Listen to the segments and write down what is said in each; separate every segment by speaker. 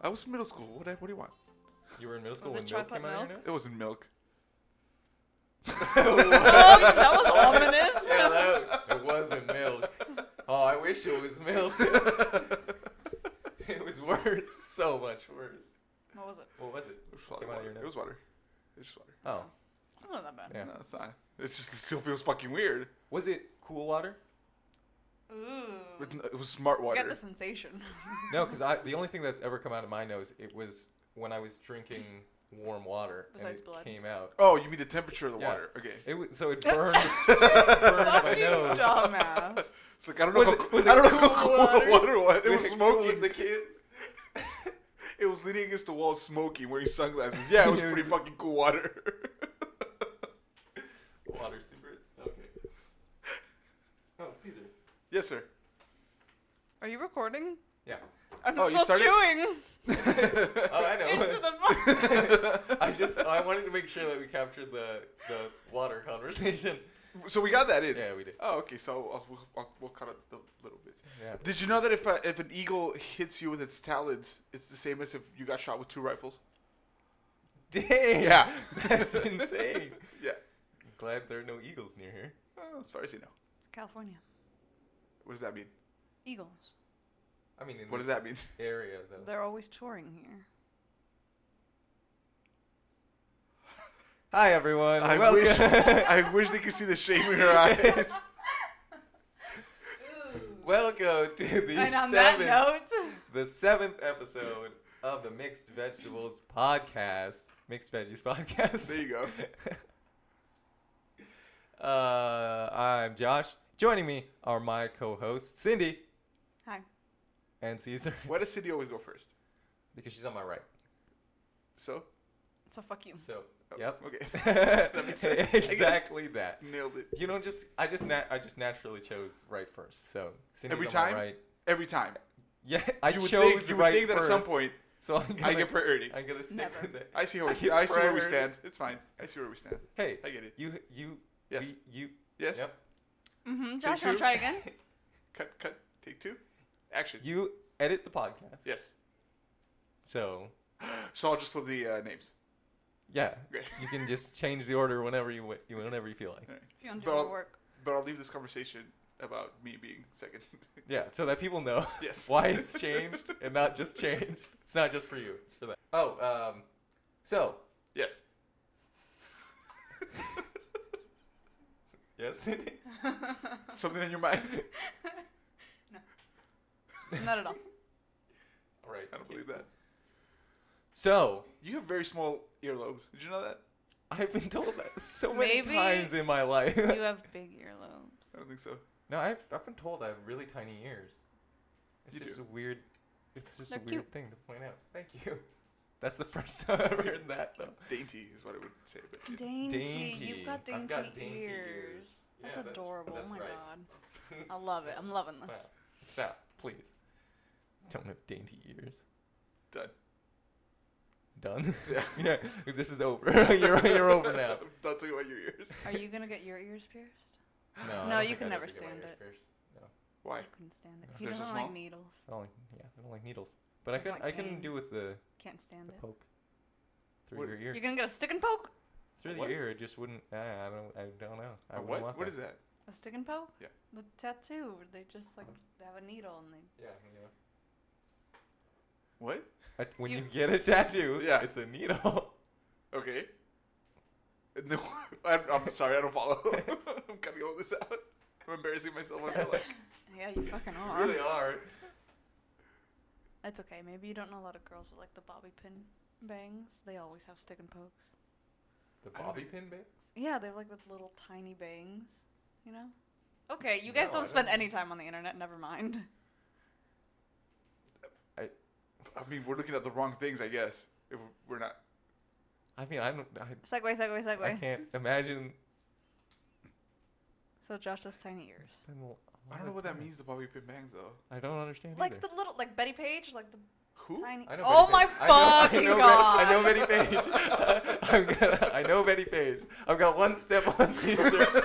Speaker 1: I was in middle school. What, what do you want?
Speaker 2: You were in middle school
Speaker 3: Was
Speaker 2: when
Speaker 3: it
Speaker 2: milk came
Speaker 3: chocolate
Speaker 2: out of your nose?
Speaker 3: milk?
Speaker 1: It was in milk.
Speaker 3: Um, that was ominous.
Speaker 2: Hello. It wasn't milk. Oh, I wish it was milk. it was worse. So much worse.
Speaker 3: What was it?
Speaker 2: What was it?
Speaker 1: It was probably
Speaker 2: Came out of
Speaker 1: water.
Speaker 2: your
Speaker 1: It was water. It's just water.
Speaker 2: Oh.
Speaker 3: That's not that bad.
Speaker 2: Yeah.
Speaker 1: No, it's not. It just it still feels fucking weird.
Speaker 2: Was it cool water?
Speaker 3: Ooh.
Speaker 1: It, it was smart
Speaker 3: You
Speaker 1: water.
Speaker 3: got the sensation.
Speaker 2: No, because I the only thing that's ever come out of my nose it was when I was drinking warm water and
Speaker 3: Besides
Speaker 2: it
Speaker 3: blood.
Speaker 2: came out.
Speaker 1: Oh, you mean the temperature of the
Speaker 2: Yeah.
Speaker 1: water? Okay.
Speaker 2: It was, so it burned, burned my
Speaker 3: Fucking
Speaker 2: nose.
Speaker 3: dumbass.
Speaker 1: It's like I don't know.
Speaker 2: Was
Speaker 1: how,
Speaker 2: it- was
Speaker 1: I
Speaker 2: it
Speaker 1: don't know
Speaker 2: cool
Speaker 1: how cool
Speaker 2: water?
Speaker 1: the water was. It
Speaker 2: We
Speaker 1: was
Speaker 2: had cool with
Speaker 1: smoking.
Speaker 2: The kids.
Speaker 1: It was leaning against the wall, smoking, wearing sunglasses. Yeah, it was pretty fucking cool water.
Speaker 2: Water secret. Okay. Oh, Caesar.
Speaker 1: yes, sir.
Speaker 3: Are you recording?
Speaker 2: Yeah.
Speaker 3: I'm
Speaker 1: Oh, you
Speaker 3: still
Speaker 1: started-
Speaker 3: chewing
Speaker 2: Oh, I know.
Speaker 3: into the mic.
Speaker 2: I just I wanted to make sure that we captured the the water conversation.
Speaker 1: So we got that in.
Speaker 2: Yeah, we did.
Speaker 1: Oh, okay. So I'll, we'll, I'll, we'll cut out the little bits.
Speaker 2: Yeah.
Speaker 1: Did you know that if uh, if an eagle hits you with its talons, it's the same as if you got shot with two rifles?
Speaker 2: Dang.
Speaker 1: Yeah.
Speaker 2: That's insane.
Speaker 1: Yeah.
Speaker 2: Glad there are no eagles near here.
Speaker 1: Oh, as far as you know.
Speaker 3: It's California.
Speaker 1: What does that mean?
Speaker 3: Eagles.
Speaker 2: I mean, in
Speaker 1: What
Speaker 2: this
Speaker 1: does that mean?
Speaker 2: area though.
Speaker 3: They're always touring here.
Speaker 2: Hi everyone.
Speaker 1: I
Speaker 2: Welcome.
Speaker 1: wish I wish they could see the shame in her eyes.
Speaker 2: Welcome to the
Speaker 3: and on that
Speaker 2: seventh
Speaker 3: note,
Speaker 2: the seventh episode of the Mixed Vegetables podcast. Mixed Veggies podcast.
Speaker 1: There you go.
Speaker 2: Uh, I'm Josh. Joining me are my co-hosts Cindy
Speaker 3: hi.
Speaker 2: and Caesar
Speaker 1: Why does Cindy always go first?
Speaker 2: because she's on my right.
Speaker 1: So?
Speaker 3: So fuck you.
Speaker 2: So,
Speaker 1: Oh,
Speaker 2: yep.
Speaker 1: Okay. makes sense, I guess.
Speaker 2: exactly that.
Speaker 1: Nailed it.
Speaker 2: You know, just I just nat- I just naturally chose right first. So Cindy's
Speaker 1: Every
Speaker 2: on my
Speaker 1: time?
Speaker 2: right.
Speaker 1: Every time.
Speaker 2: Yeah, I
Speaker 1: you would
Speaker 2: chose
Speaker 1: think, you would
Speaker 2: right
Speaker 1: think that
Speaker 2: first.
Speaker 1: at some point
Speaker 2: So I'm gonna,
Speaker 1: I get priority.
Speaker 2: I'm gonna stick
Speaker 3: Never.
Speaker 2: with it.
Speaker 1: I see how we,
Speaker 2: I get
Speaker 1: I see where we stand.
Speaker 2: priority.
Speaker 1: It's fine. I see where we stand.
Speaker 2: Hey,
Speaker 1: I get it.
Speaker 2: you you
Speaker 1: Yes.
Speaker 2: we- you
Speaker 1: Yes.
Speaker 2: yep
Speaker 3: Mm-hmm.
Speaker 1: Take
Speaker 3: Josh, want
Speaker 1: two.
Speaker 3: to try again?
Speaker 1: Cut. Cut. Take two. Action.
Speaker 2: you edit the podcast.
Speaker 1: yes.
Speaker 2: So
Speaker 1: So I'll just leave the uh, names.
Speaker 2: yeah,
Speaker 1: Okay.
Speaker 2: you can just change the order whenever you wi- whenever you feel like.
Speaker 3: If you want to
Speaker 1: But
Speaker 3: do
Speaker 1: I'll-
Speaker 3: more work.
Speaker 1: But I'll leave this conversation about me being second.
Speaker 2: Yeah, so that people know
Speaker 1: Yes.
Speaker 2: why it's changed and not just changed. It's not just for you. It's for them. Oh, um, so
Speaker 1: yes.
Speaker 2: yes, Cindy.
Speaker 1: Something in your mind?
Speaker 3: Not at all.
Speaker 2: All right.
Speaker 1: I don't believe that.
Speaker 2: So
Speaker 1: You have very small earlobes. Did you know that?
Speaker 2: I've been told that so many
Speaker 3: Maybe
Speaker 2: times in my life.
Speaker 3: You have big earlobes.
Speaker 1: I don't think so.
Speaker 2: no, I've I've been told I have really tiny ears. It's
Speaker 1: You
Speaker 2: just
Speaker 1: do.
Speaker 2: a weird. It's just
Speaker 3: They're
Speaker 2: a weird thing to point out. Thank you. That's the first time I've ever heard that though.
Speaker 1: Dainty is what I would say. But yeah.
Speaker 3: Dainty.
Speaker 2: Dainty.
Speaker 3: You've got dainty,
Speaker 2: I've got dainty
Speaker 3: ears.
Speaker 2: ears.
Speaker 3: That's
Speaker 2: Yeah, that's-
Speaker 3: adorable.
Speaker 2: that's
Speaker 3: oh my
Speaker 2: right.
Speaker 3: god. I love it. I'm loving
Speaker 2: Stop.
Speaker 3: this.
Speaker 2: Stop, please. Don't have dainty ears.
Speaker 1: Done.
Speaker 2: Done.
Speaker 1: Yeah.
Speaker 2: yeah, this is over. you're you're over now.
Speaker 1: I'm not talking about your ears.
Speaker 3: Are you gonna get your ears pierced?
Speaker 2: No, I
Speaker 3: No,
Speaker 2: don't
Speaker 3: you
Speaker 2: think
Speaker 3: can
Speaker 2: I'd
Speaker 3: never
Speaker 2: ever get my
Speaker 3: stand
Speaker 2: ears
Speaker 3: it.
Speaker 2: pierced.
Speaker 1: Why?
Speaker 3: I couldn't stand it.
Speaker 2: Is
Speaker 3: He
Speaker 1: there so
Speaker 3: doesn't
Speaker 1: small?
Speaker 3: like needles.
Speaker 2: I don't like, yeah, I don't like needles. But I
Speaker 3: Tastes
Speaker 2: can
Speaker 3: like
Speaker 2: I can
Speaker 3: pain.
Speaker 2: do with the,
Speaker 3: Can't stand
Speaker 2: the
Speaker 3: it.
Speaker 2: poke through
Speaker 1: What-
Speaker 2: your ear.
Speaker 3: You're gonna get a stick and poke?
Speaker 2: through the
Speaker 1: What?
Speaker 2: ear, it just wouldn't. I, I don't. I don't know. I
Speaker 1: Uh,
Speaker 2: wouldn't
Speaker 1: what?
Speaker 2: want
Speaker 1: What
Speaker 2: that.
Speaker 1: is that?
Speaker 3: A stick and poke?
Speaker 1: Yeah.
Speaker 3: The tattoo where they just like have a needle and they
Speaker 2: Yeah,
Speaker 1: What?
Speaker 2: yeah. I, when you,
Speaker 3: You-
Speaker 2: get a tattoo,
Speaker 1: Yeah.
Speaker 2: it's a needle.
Speaker 1: Okay. No, I'm, I'm sorry. I don't follow. I'm cutting all this out. I'm embarrassing myself. I feel like.
Speaker 3: Yeah, you fucking
Speaker 2: You
Speaker 3: are.
Speaker 2: really are.
Speaker 3: That's okay. Maybe you don't know a lot of girls with like the bobby pin bangs. They always have stick and pokes.
Speaker 2: The
Speaker 1: I don't-
Speaker 2: bobby pin bangs.
Speaker 3: Yeah, they have like the little tiny bangs, you know? Okay, you guys
Speaker 2: No, I
Speaker 3: don't spend
Speaker 2: don't.
Speaker 3: any time on the internet, never mind.
Speaker 1: I mean, we're looking at the wrong things, I guess. If we're not.
Speaker 2: I mean, I don't. I,
Speaker 3: Segway, segway,
Speaker 2: I
Speaker 3: segway.
Speaker 2: can't imagine.
Speaker 3: So Josh has tiny ears.
Speaker 2: spending a lot
Speaker 1: I
Speaker 2: of
Speaker 1: don't know what that
Speaker 2: time.
Speaker 1: means. The bobby pin bangs though.
Speaker 2: I don't understand
Speaker 3: Like
Speaker 2: either.
Speaker 3: the little, like Betty Page, like the
Speaker 1: Who?
Speaker 3: tiny.
Speaker 2: I know
Speaker 3: oh
Speaker 2: Betty
Speaker 3: my
Speaker 2: Page. I know-
Speaker 3: fucking god!
Speaker 2: I know, Betty- I know Betty Page. I'm gonna, I know Betty Page. I've got one step on Caesar.
Speaker 1: I have no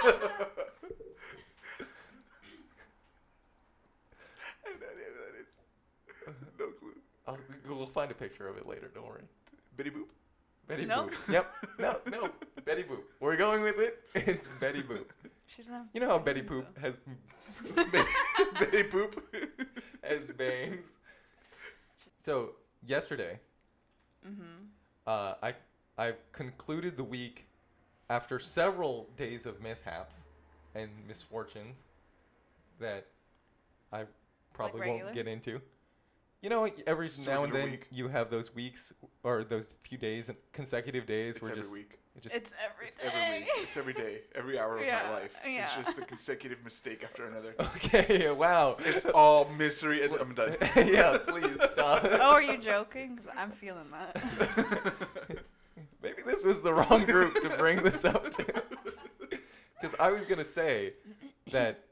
Speaker 1: idea who that is. No clue.
Speaker 2: I'll Google find a picture of it later. Don't worry.
Speaker 1: Bitty boop.
Speaker 2: Betty
Speaker 3: No.
Speaker 2: Boop. Yep. No, no. Betty Boop. We're going with it. It's Betty Boop.
Speaker 3: She doesn't have
Speaker 2: You know how
Speaker 3: bangs,
Speaker 2: Betty
Speaker 3: so-
Speaker 2: Boop has
Speaker 1: Bitty boop.
Speaker 2: has bangs. So yesterday,
Speaker 3: Mhm.
Speaker 2: uh, I I concluded the week after several days of mishaps and misfortunes that I probably
Speaker 3: regular?
Speaker 2: won't get into. You know, every
Speaker 1: Just a
Speaker 2: now and
Speaker 1: regular
Speaker 2: then
Speaker 1: week.
Speaker 2: you have those weeks or those few days and consecutive days
Speaker 1: It's
Speaker 2: where
Speaker 1: every
Speaker 2: just
Speaker 1: week.
Speaker 2: it just
Speaker 3: It's every
Speaker 1: It's every week. It's every day. Every hour of
Speaker 3: Yeah,
Speaker 1: my life.
Speaker 3: yeah.
Speaker 1: It's just a consecutive mistake after another.
Speaker 2: okay. Wow.
Speaker 1: It's all misery, and I'm done.
Speaker 2: yeah. Please stop.
Speaker 3: oh, are you joking? Because I'm feeling that.
Speaker 2: Maybe this was the wrong group to bring this up to. Because I was gonna say that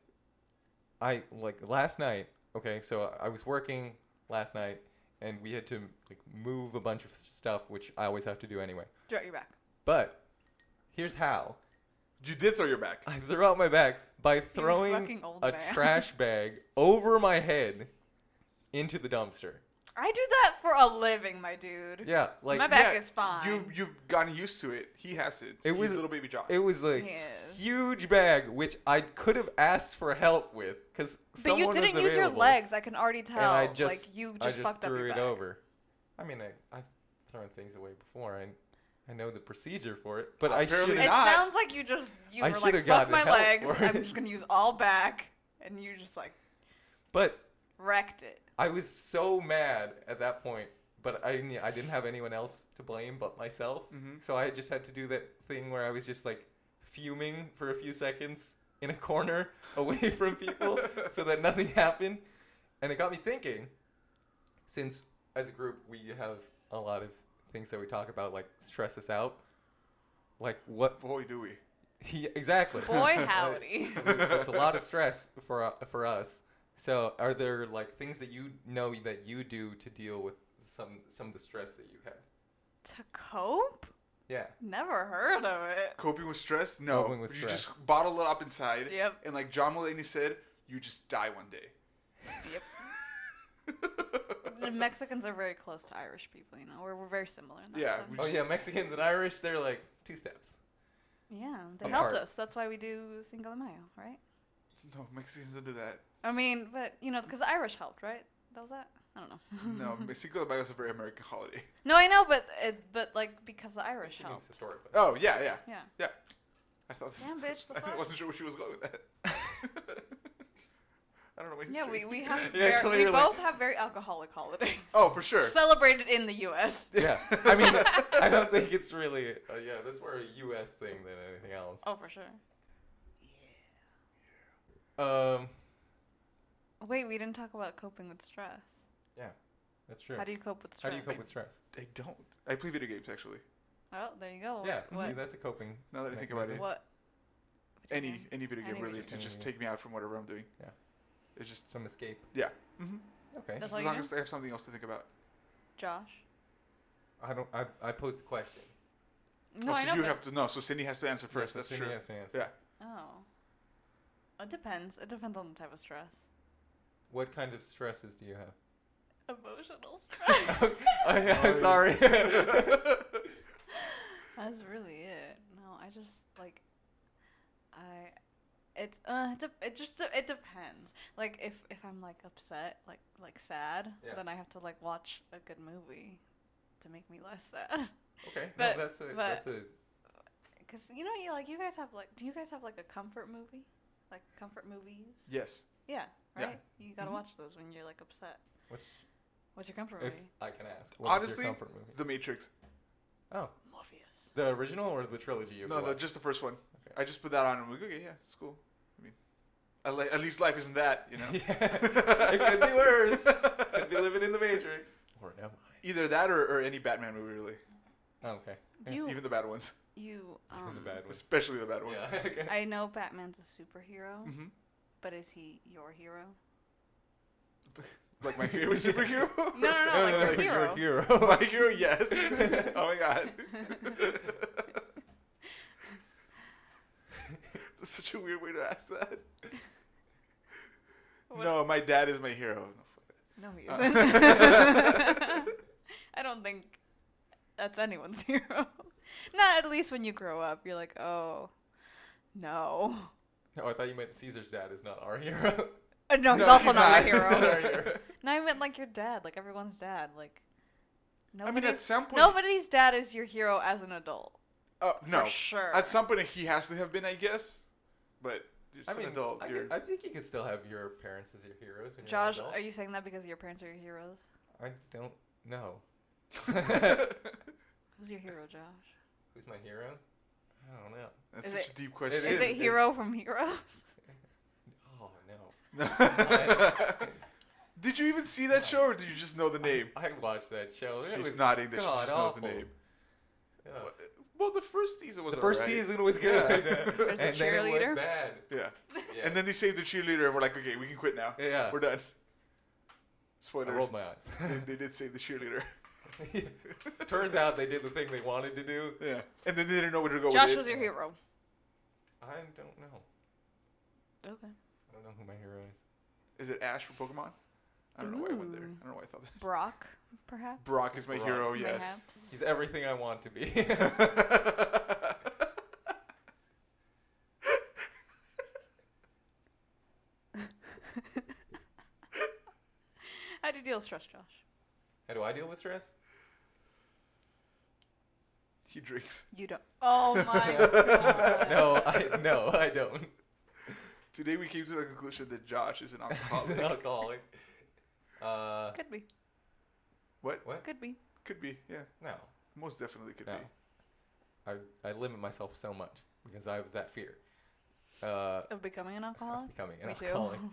Speaker 2: I like last night. Okay, so I was working last night, and we had to like move a bunch of stuff, which I always have to do anyway.
Speaker 3: Throw it your back.
Speaker 2: But here's how
Speaker 1: You did throw your back.
Speaker 2: I threw out my back by throwing
Speaker 3: fucking old
Speaker 2: a
Speaker 3: man.
Speaker 2: trash bag over my head into the dumpster.
Speaker 3: I do that for a living, my dude.
Speaker 2: Yeah, like
Speaker 3: my back
Speaker 1: Yeah,
Speaker 3: is fine.
Speaker 1: You you've gotten used to it. He has it.
Speaker 2: It
Speaker 1: It
Speaker 2: was-
Speaker 1: was little baby John.
Speaker 2: It was like
Speaker 3: Yes.
Speaker 2: huge bag, which I could have asked for help with because
Speaker 3: but you didn't use your legs. I can already tell.
Speaker 2: and I just
Speaker 3: like you
Speaker 2: I
Speaker 3: just, fucked up
Speaker 2: threw
Speaker 3: your
Speaker 2: it
Speaker 3: back.
Speaker 2: over. I mean, I I've thrown things away before. I I know the procedure for it, but
Speaker 1: Apparently
Speaker 2: I
Speaker 3: It
Speaker 2: should.
Speaker 1: not.
Speaker 3: sounds like you just you
Speaker 2: I
Speaker 3: were
Speaker 2: shoulda
Speaker 3: like fuck
Speaker 2: gotten
Speaker 3: my
Speaker 2: help
Speaker 3: legs.
Speaker 2: for
Speaker 3: I'm
Speaker 2: it."
Speaker 3: just gonna use all back, and you just like
Speaker 2: But
Speaker 3: wrecked it.
Speaker 2: I was so mad at that point. But I kn- I didn't have anyone else to blame but myself.
Speaker 1: Mhm.
Speaker 2: So I just had to do that thing where I was just like fuming for a few seconds in a corner away from people so that nothing happened. And it got me thinking since as a group we have a lot of things that we talk about like stress us out. Like what
Speaker 1: Boy, do we.
Speaker 2: he exactly.
Speaker 3: Boy howdy.
Speaker 2: It's a lot of stress for uh, for us. So, are there like things that you know that you do to deal with some some of the stress that you have?
Speaker 3: to cope?
Speaker 2: Yeah.
Speaker 3: Never heard of it.
Speaker 1: Coping with stress? No.
Speaker 2: Coping with
Speaker 1: you
Speaker 2: stress.
Speaker 1: just bottle it up inside.
Speaker 3: Yep.
Speaker 1: And like John Mulaney said, you just die one day.
Speaker 3: The Mexicans are very close to Irish people, you know. We're, we're very similar in that
Speaker 1: Yeah,
Speaker 3: sense.
Speaker 1: we
Speaker 2: Oh yeah, Mexicans and Irish, they're like two steps.
Speaker 3: Yeah, they
Speaker 2: Apart.
Speaker 3: helped us. That's why we do Cinco de Mayo, right?
Speaker 1: No, Mexicans don't do that.
Speaker 3: I mean, but you know, because the Irish helped, right? That was that. I don't know.
Speaker 1: No, Cinco de Mayo is a very American holiday.
Speaker 3: No, I know, but it, but like because the Irish
Speaker 2: She means
Speaker 3: helped.
Speaker 2: historically.
Speaker 1: Oh yeah, yeah,
Speaker 3: Yeah.
Speaker 1: yeah. I thought.
Speaker 3: Damn, bitch, the
Speaker 1: I
Speaker 3: fuck?
Speaker 1: wasn't sure where she was going with that. I don't know. What
Speaker 3: Yeah, we, we have
Speaker 2: Yeah,
Speaker 3: very, we
Speaker 2: clearly.
Speaker 3: both have very alcoholic holidays.
Speaker 1: Oh, for sure.
Speaker 3: Celebrated in the U.S.
Speaker 2: Yeah. I mean, I don't think it's really. Uh, yeah, that's more a U.S. thing than anything else.
Speaker 3: Oh, for sure.
Speaker 2: Um,
Speaker 3: Wait, we didn't talk about coping with stress.
Speaker 2: that's true.
Speaker 3: How do you cope with stress?
Speaker 2: How do you cope with stress?
Speaker 1: I don't. I play video games actually.
Speaker 3: Oh, there you go.
Speaker 2: Yeah,
Speaker 3: What?
Speaker 2: see, that's a coping.
Speaker 1: Now that I think
Speaker 2: mechanism.
Speaker 1: about it.
Speaker 3: what?
Speaker 1: Any any video game
Speaker 3: Any
Speaker 1: really
Speaker 3: video
Speaker 1: to
Speaker 2: game.
Speaker 1: just take me out from whatever I'm doing.
Speaker 2: Yeah.
Speaker 1: It's just
Speaker 2: Some escape.
Speaker 1: yeah. Mm-hmm.
Speaker 2: Okay.
Speaker 3: That's
Speaker 1: Just
Speaker 3: all
Speaker 1: as
Speaker 3: you
Speaker 1: long
Speaker 3: do?
Speaker 1: as I have something else to think about.
Speaker 3: Josh.
Speaker 2: I don't. I, I posed the question.
Speaker 3: No,
Speaker 1: oh, so
Speaker 3: I know.
Speaker 1: you
Speaker 3: but-
Speaker 1: have to no. So Cindy has to answer first. That's
Speaker 2: Yes, the
Speaker 1: true.
Speaker 2: yes answer.
Speaker 1: Yeah.
Speaker 3: Oh. It depends. It depends on the type of stress.
Speaker 2: What kind of stresses do you have?
Speaker 3: Emotional stress.
Speaker 2: I,
Speaker 1: Oh, yeah.
Speaker 2: I'm sorry.
Speaker 3: That's really it. No, I just like I it's uh it, de- it just de- it depends. Like if if I'm like upset, like like sad,
Speaker 2: Yeah.
Speaker 3: then I have to like watch a good movie to make me less sad.
Speaker 2: okay,
Speaker 3: But-
Speaker 2: no, that's a
Speaker 3: but-
Speaker 2: that's a
Speaker 3: Cuz you know you like you guys have like do you guys have like a comfort movie? Like comfort movies?
Speaker 1: Yes.
Speaker 3: Yeah,
Speaker 1: Yeah.
Speaker 3: right? You got to
Speaker 1: Mhm.
Speaker 3: watch those when you're like upset.
Speaker 2: what's
Speaker 3: What's your comfort
Speaker 2: Mm-hmm. if
Speaker 3: movie?
Speaker 2: I can ask. What is
Speaker 1: Honestly,
Speaker 2: your comfort movie?
Speaker 1: The Matrix.
Speaker 2: Oh,
Speaker 3: Morpheus.
Speaker 2: the original or the trilogy? Of
Speaker 1: No,
Speaker 2: the
Speaker 1: no,
Speaker 2: one?
Speaker 1: just the first one.
Speaker 2: Okay.
Speaker 1: I just put that on and I'm like, okay, yeah, it's cool. I mean, at, le- at least life isn't that, you know.
Speaker 2: Yeah. it could be worse. could be living in the Matrix. Or am
Speaker 1: Either that or, or any Batman movie, really.
Speaker 2: I? Oh, okay.
Speaker 3: Do you
Speaker 1: Even the bad ones,
Speaker 3: you
Speaker 2: Even
Speaker 3: um
Speaker 2: the bad ones.
Speaker 1: especially the bad ones.
Speaker 2: Yeah. okay.
Speaker 3: I know Batman's a superhero,
Speaker 1: hmm
Speaker 3: but is he your hero?
Speaker 1: Like my favorite superhero.
Speaker 3: No, no, no, like your
Speaker 2: you're
Speaker 3: hero.
Speaker 2: a hero.
Speaker 1: my hero, yes. oh my god. That's such a weird way to ask that.
Speaker 3: What-
Speaker 1: No, my dad is my hero. No, fuck
Speaker 3: No, he
Speaker 1: Uh,
Speaker 3: isn't. I don't think that's anyone's hero. Not at least when you grow up, you're like, oh, no.
Speaker 2: Oh, I thought you meant Caesar's dad is not our hero.
Speaker 3: Uh, no, he's also
Speaker 1: he's
Speaker 3: not
Speaker 1: not.
Speaker 2: Not
Speaker 3: our hero.
Speaker 2: our hero.
Speaker 3: no, I meant like your dad, like everyone's dad. Like,
Speaker 1: I mean, at
Speaker 3: nobody's,
Speaker 1: some point,
Speaker 3: nobody's dad is your hero as an adult.
Speaker 1: uh, no,
Speaker 3: for sure.
Speaker 1: At some point, he has to have been, I guess. But you're
Speaker 2: I
Speaker 1: just
Speaker 2: mean,
Speaker 1: an adult.
Speaker 2: I,
Speaker 1: you're,
Speaker 2: could- I think you could still have your parents as your heroes when you're
Speaker 3: Josh,
Speaker 2: an adult.
Speaker 3: are you saying that because your parents are your heroes?
Speaker 2: I don't know.
Speaker 3: Who's your hero, Josh?
Speaker 2: Who's my hero? I don't know.
Speaker 1: that's
Speaker 3: Is
Speaker 1: such
Speaker 3: it-
Speaker 1: a deep question.
Speaker 2: It
Speaker 3: is
Speaker 2: is,
Speaker 3: it
Speaker 2: it's-
Speaker 3: hero from Heroes?
Speaker 2: Oh no.
Speaker 1: Did you even see that show, or did you just know the name?
Speaker 2: I watched that show. It
Speaker 1: She's
Speaker 2: was
Speaker 1: nodding that she
Speaker 2: god
Speaker 1: just
Speaker 2: awful.
Speaker 1: knows the name.
Speaker 2: Yeah.
Speaker 1: Well, the first season was
Speaker 2: The first
Speaker 1: alright.
Speaker 2: season was good.
Speaker 3: There's a
Speaker 2: and then it
Speaker 3: cheerleader.
Speaker 2: went bad.
Speaker 1: Yeah.
Speaker 2: Yeah.
Speaker 1: And then they saved the cheerleader, and we're like, okay, we can quit now.
Speaker 2: yeah.
Speaker 1: We're done.
Speaker 2: I
Speaker 1: Spoilers.
Speaker 2: rolled my eyes.
Speaker 1: they, they did save the cheerleader.
Speaker 2: Turns out they did the thing they wanted to do.
Speaker 1: Yeah. And then they didn't know where to go
Speaker 3: Josh
Speaker 1: with
Speaker 3: was
Speaker 1: Oh, it.
Speaker 3: your hero.
Speaker 2: I don't know.
Speaker 3: Okay.
Speaker 2: I don't know who my hero is.
Speaker 1: Is it Ash from Pokemon? I don't know why I went there.
Speaker 3: Ooh.
Speaker 1: I don't know why I thought that.
Speaker 3: Brock, perhaps.
Speaker 1: Brock is my
Speaker 2: Brock.
Speaker 1: hero, Oh, yes.
Speaker 3: Perhaps.
Speaker 2: He's everything I want to be.
Speaker 3: How do you deal with stress, Josh?
Speaker 2: How do I deal with stress?
Speaker 1: He drinks.
Speaker 3: You don't. Oh my god.
Speaker 2: No, I no, I don't.
Speaker 1: Today we came to the conclusion that Josh is an
Speaker 2: He's an
Speaker 1: alcoholic.
Speaker 2: alcoholic. Uh,
Speaker 3: Could be.
Speaker 1: What?
Speaker 2: What?
Speaker 3: Could be.
Speaker 1: could be, yeah.
Speaker 2: no,
Speaker 1: Most definitely could
Speaker 2: no. I I limit myself so much because I have that fear. Uh,
Speaker 3: Of becoming an
Speaker 2: of
Speaker 3: alcoholic?
Speaker 2: becoming an
Speaker 3: Me too.
Speaker 2: alcoholic.
Speaker 1: be.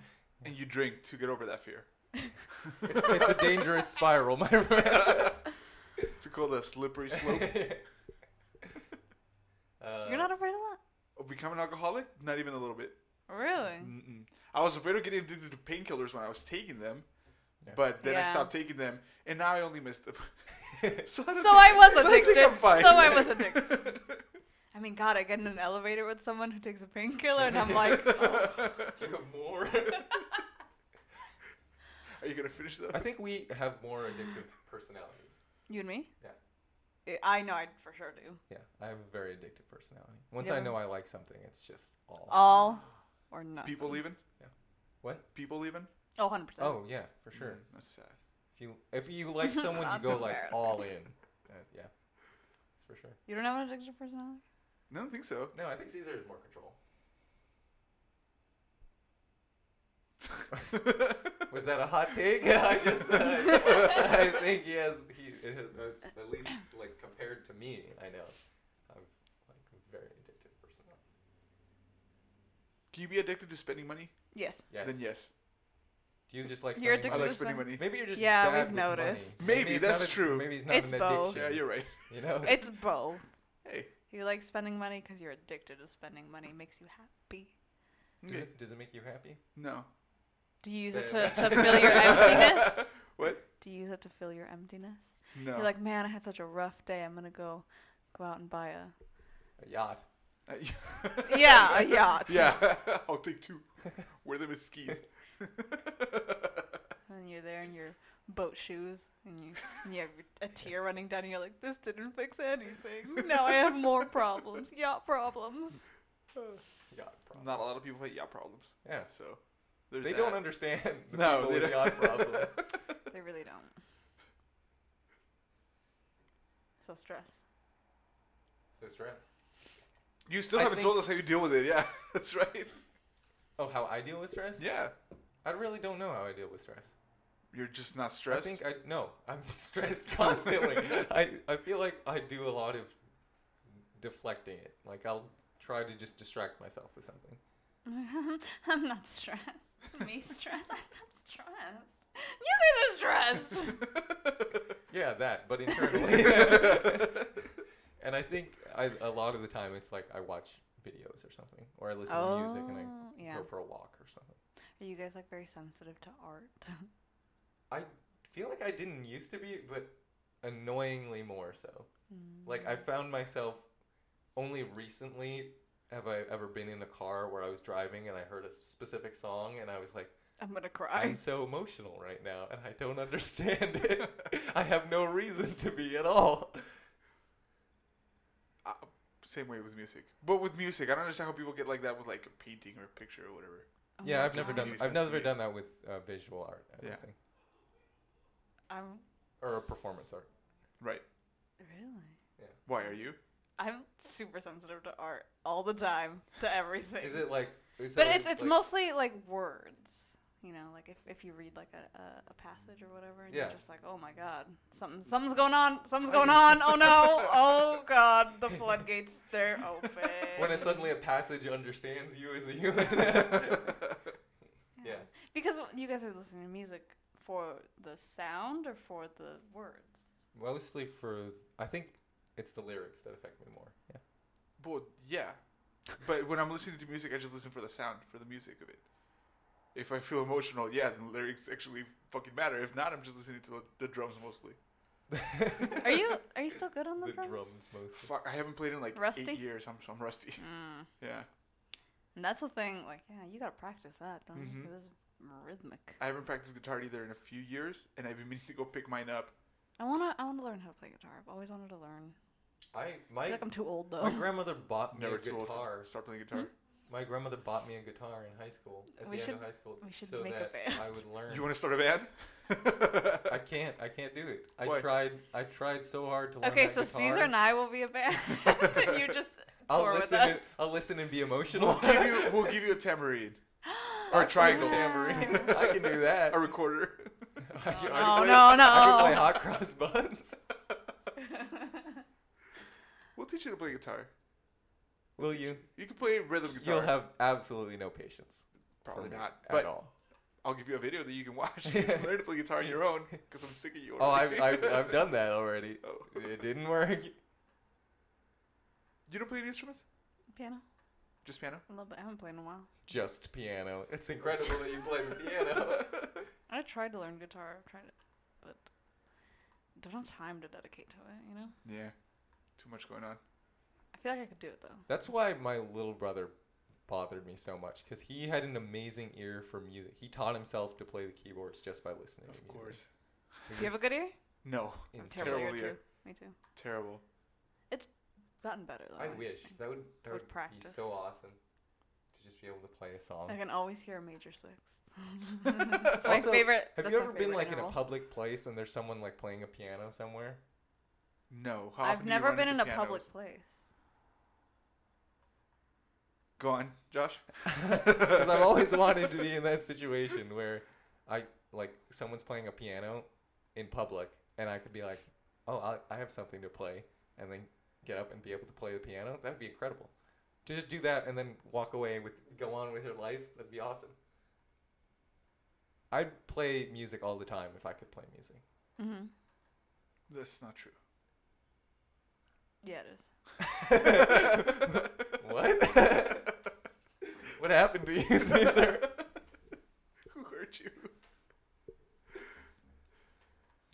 Speaker 1: And you drink to get over that fear.
Speaker 2: It's, it's a dangerous spiral, my friend.
Speaker 1: It's called a slippery slope.
Speaker 2: Uh,
Speaker 3: You're not afraid of that?
Speaker 1: of becoming an alcoholic? Not even a little bit.
Speaker 3: Really?
Speaker 1: Mm-mm. I was afraid of getting addicted to painkillers when I was taking them,
Speaker 2: Yeah.
Speaker 1: but then I
Speaker 3: Yeah.
Speaker 1: stopped taking them, and now I only missed them. so I, don't
Speaker 3: So I was
Speaker 1: so think
Speaker 3: addicted.
Speaker 1: I'm fine.
Speaker 3: So I was addicted. I mean, God, I get in an elevator with someone who takes a painkiller, and I'm like, oh.
Speaker 2: Do you have more.
Speaker 1: Are you gonna finish that?
Speaker 2: I think we have more addictive personalities.
Speaker 3: you and me?
Speaker 2: Yeah.
Speaker 3: Yeah. I know, I for sure do.
Speaker 2: Yeah, I have a very addictive personality. Once I
Speaker 3: Yeah.
Speaker 2: know I like something, it's just all.
Speaker 3: All or nothing.
Speaker 1: people leaving.
Speaker 2: What?
Speaker 1: People leaving.
Speaker 3: Oh, 100%.
Speaker 2: Oh yeah, for sure.
Speaker 1: Mm, that's sad.
Speaker 2: If you if you like someone, you
Speaker 3: That's
Speaker 2: go like
Speaker 3: embarrassing.
Speaker 2: all in. Uh, yeah, that's for sure.
Speaker 3: You don't have an addiction personality?
Speaker 1: No, I don't think so.
Speaker 2: No, I think Caesar is more control. Was that a hot take? I just uh, I think he has he it has, it's at least like compared to me. I know I'm like a very addictive personality.
Speaker 1: Can you be addicted to spending money?
Speaker 3: Yes.
Speaker 2: Yes.
Speaker 1: Then yes.
Speaker 2: Do you just like
Speaker 1: I
Speaker 2: spending
Speaker 3: You're Addicted
Speaker 1: like
Speaker 3: to
Speaker 1: spending
Speaker 3: spending-
Speaker 1: money.
Speaker 2: money? Maybe you're just
Speaker 3: Yeah,
Speaker 2: bad
Speaker 3: we've
Speaker 2: with money.
Speaker 3: noticed.
Speaker 1: Maybe,
Speaker 2: it's not
Speaker 1: that's
Speaker 2: a-
Speaker 1: true.
Speaker 2: Maybe it's not
Speaker 3: It's
Speaker 2: an
Speaker 3: both.
Speaker 2: addiction.
Speaker 1: Yeah, you're right.
Speaker 2: You know.
Speaker 3: It's both.
Speaker 1: Hey.
Speaker 3: You like spending money because you're addicted to spending money. makes you happy.
Speaker 2: does,
Speaker 1: Okay.
Speaker 2: it, does it make you happy?
Speaker 1: No.
Speaker 3: Do you use it to,
Speaker 2: Then-
Speaker 3: to fill your emptiness?
Speaker 1: What?
Speaker 3: Do you use it to fill your emptiness?
Speaker 1: No.
Speaker 3: You're like, man, I had such a rough day. I'm gonna go, go out and buy a
Speaker 2: A yacht.
Speaker 3: yeah, a yacht.
Speaker 1: yeah. I'll take two. Wear them as skis.
Speaker 3: And you're there in your boat shoes, and you and you have a tear running down, and you're like, this didn't fix anything. Now I have more problems, yacht problems.
Speaker 2: Yacht problem.
Speaker 1: Not a lot of people have yacht problems,
Speaker 2: Yeah.
Speaker 1: so there's
Speaker 2: They
Speaker 1: that.
Speaker 2: don't understand the
Speaker 1: No,
Speaker 2: people
Speaker 1: they
Speaker 2: with
Speaker 1: don't.
Speaker 2: yacht problems.
Speaker 3: They really don't. So stress.
Speaker 2: so stress.
Speaker 1: You still
Speaker 2: I
Speaker 1: haven't
Speaker 2: think-
Speaker 1: told us how you deal with it. Yeah, that's right.
Speaker 2: Oh, how I deal with stress?
Speaker 1: Yeah,
Speaker 2: I really don't know how I deal with stress.
Speaker 1: you're just not stressed.
Speaker 2: I think I no. I'm stressed constantly. I I feel like I do a lot of deflecting it. Like I'll try to just distract myself with something.
Speaker 3: I'm not stressed. Me stressed? I'm not stressed. You guys are stressed.
Speaker 2: Yeah, that, but internally. and I think I, a lot of the time it's like I watch videos or something, or I listen to music and I
Speaker 3: Oh, yeah.
Speaker 2: go for a walk or something.
Speaker 3: Are you guys like very sensitive to art?
Speaker 2: I feel like I didn't used to be, but annoyingly more so.
Speaker 3: Hmm.
Speaker 2: Like I found myself only recently have I ever been in a car where I was driving and I heard a specific song and I was like,
Speaker 3: I'm gonna
Speaker 2: I'm
Speaker 3: cry.
Speaker 2: so emotional right now and I don't understand it. I have no reason to be at all.
Speaker 3: Oh
Speaker 1: Uh, same way with music, but with music, I don't understand how people get like that with like a painting or a picture or whatever.
Speaker 3: Oh
Speaker 2: yeah,
Speaker 3: my
Speaker 2: I've never
Speaker 1: doesn't
Speaker 2: done
Speaker 1: make
Speaker 2: I've
Speaker 1: sense to
Speaker 2: never
Speaker 1: me.
Speaker 2: done that with uh, visual art, I
Speaker 1: Yeah.
Speaker 2: don't think.
Speaker 3: I'm
Speaker 2: Or a performance art.
Speaker 1: Right?
Speaker 3: really.
Speaker 1: Why are you?
Speaker 3: I'm super sensitive to art all the time to everything.
Speaker 2: Is it like
Speaker 3: but it's it's
Speaker 2: like,
Speaker 3: mostly like words. You know, like if, if you read like a, a, a passage or whatever, and
Speaker 2: Yeah.
Speaker 3: you're just like, oh my god, something something's going on, something's going on. Oh no, oh god, the floodgates they're open.
Speaker 2: when it's suddenly a passage understands you as a human. yeah.
Speaker 3: Because you guys are listening to music for the sound or for the words.
Speaker 2: Mostly for I think it's the lyrics that affect me more. Yeah.
Speaker 1: Well, yeah, but when I'm listening to music, I just listen for the sound, for the music of it. If I feel emotional, yeah, then lyrics actually fucking matter. If not, I'm just listening to the, the drums mostly.
Speaker 3: Are you are you still good on the,
Speaker 2: the drums mostly.
Speaker 1: Fuck, I haven't played in like
Speaker 3: Rusty?
Speaker 1: eight years. I'm, I'm rusty.
Speaker 3: Mm.
Speaker 1: Yeah,
Speaker 3: And that's the thing, like, yeah, you gotta practice that, don't you?
Speaker 1: Mhm.
Speaker 2: Mm-hmm.
Speaker 3: 'Cause it's rhythmic.
Speaker 1: I haven't practiced guitar either in a few years, and I've been meaning to go pick mine up.
Speaker 3: I wanna I wanna learn how to play guitar. I've always wanted to learn.
Speaker 2: I
Speaker 3: I
Speaker 2: my
Speaker 3: feel like I'm too old
Speaker 2: my
Speaker 3: though.
Speaker 2: grandmother bought me
Speaker 1: Never
Speaker 2: a
Speaker 1: too old
Speaker 2: guitar.
Speaker 1: to start playing guitar.
Speaker 2: My grandmother bought me a guitar in high school. At
Speaker 3: We
Speaker 2: the
Speaker 3: should-
Speaker 2: end of high school,
Speaker 3: we should
Speaker 2: so
Speaker 3: make a
Speaker 2: that
Speaker 3: band.
Speaker 2: I would learn.
Speaker 1: You want to start a band?
Speaker 2: I can't. I can't do it. I
Speaker 1: Why?
Speaker 2: tried. I tried so hard to learn.
Speaker 3: Okay,
Speaker 2: that
Speaker 3: so
Speaker 2: guitar.
Speaker 3: Caesar and I will be a band, and you just
Speaker 2: I'll
Speaker 3: tour with
Speaker 2: listen. and-
Speaker 3: us.
Speaker 2: I'll listen and be emotional.
Speaker 1: we'll, give you, we'll give you a tambourine or a triangle,
Speaker 2: tambourine. I can do that.
Speaker 1: a recorder.
Speaker 2: I can, I
Speaker 3: No,
Speaker 2: can play-
Speaker 3: no,
Speaker 2: I can play
Speaker 3: no.
Speaker 2: hot cross buns.
Speaker 1: We'll teach you to play guitar.
Speaker 2: Will you?
Speaker 1: You can play rhythm guitar.
Speaker 2: You'll have absolutely no patience. for
Speaker 1: probably
Speaker 2: me
Speaker 1: not,
Speaker 2: at
Speaker 1: but
Speaker 2: all.
Speaker 1: I'll give you a video that you can watch. so you can learn to play guitar on your own because I'm sick of you.
Speaker 2: Oh, I've,
Speaker 1: already.
Speaker 2: I've I've done that already.
Speaker 1: Oh.
Speaker 2: It didn't work.
Speaker 1: You don't play any instruments?
Speaker 3: Piano,
Speaker 1: Just piano?
Speaker 3: a little bit. I haven't played in a while.
Speaker 2: Just piano. It's incredible that you play the piano.
Speaker 3: I tried to learn guitar. I've tried it, but don't have time to dedicate to it. You know,
Speaker 1: Yeah. Too much going on.
Speaker 3: I feel like I could do it though.
Speaker 2: That's why my little brother bothered me so much because he had an amazing ear for music. He taught himself to play the keyboards just by listening.
Speaker 1: Of
Speaker 2: to
Speaker 1: course.
Speaker 3: Do you have a good ear?
Speaker 1: No.
Speaker 2: a
Speaker 3: I'm terrible
Speaker 1: terrible
Speaker 3: at it
Speaker 1: ear.
Speaker 3: too. Me too.
Speaker 1: Terrible.
Speaker 3: Gotten better though.
Speaker 2: I wish
Speaker 3: think.
Speaker 2: that would that
Speaker 3: With
Speaker 2: would be
Speaker 3: practice.
Speaker 2: so awesome to just be able to play a song.
Speaker 3: I can always hear a major six. That's my
Speaker 2: Also,
Speaker 3: favorite.
Speaker 2: Have
Speaker 3: that's
Speaker 2: you
Speaker 3: my
Speaker 2: ever been
Speaker 3: favorite
Speaker 2: like in
Speaker 3: interval.
Speaker 2: a public place and there's someone like playing a piano somewhere?
Speaker 1: No. How often
Speaker 3: I've
Speaker 1: do you
Speaker 3: never
Speaker 1: run
Speaker 3: been in
Speaker 1: into
Speaker 3: a public
Speaker 1: pianos?
Speaker 3: place.
Speaker 1: Go on, Josh.
Speaker 2: Because I've always wanted to be in that situation where I like someone's playing a piano in public and I could be like, oh, I, I have something to play, and then get up and be able to play the piano. That'd be incredible. To just do that and then walk away with go on with your life. That'd be awesome. I'd play music all the time if I could play music.
Speaker 3: Mm-hmm.
Speaker 1: That's not true.
Speaker 3: Yeah, it is.
Speaker 2: What? what happened to you, Caesar?
Speaker 1: Who hurt you?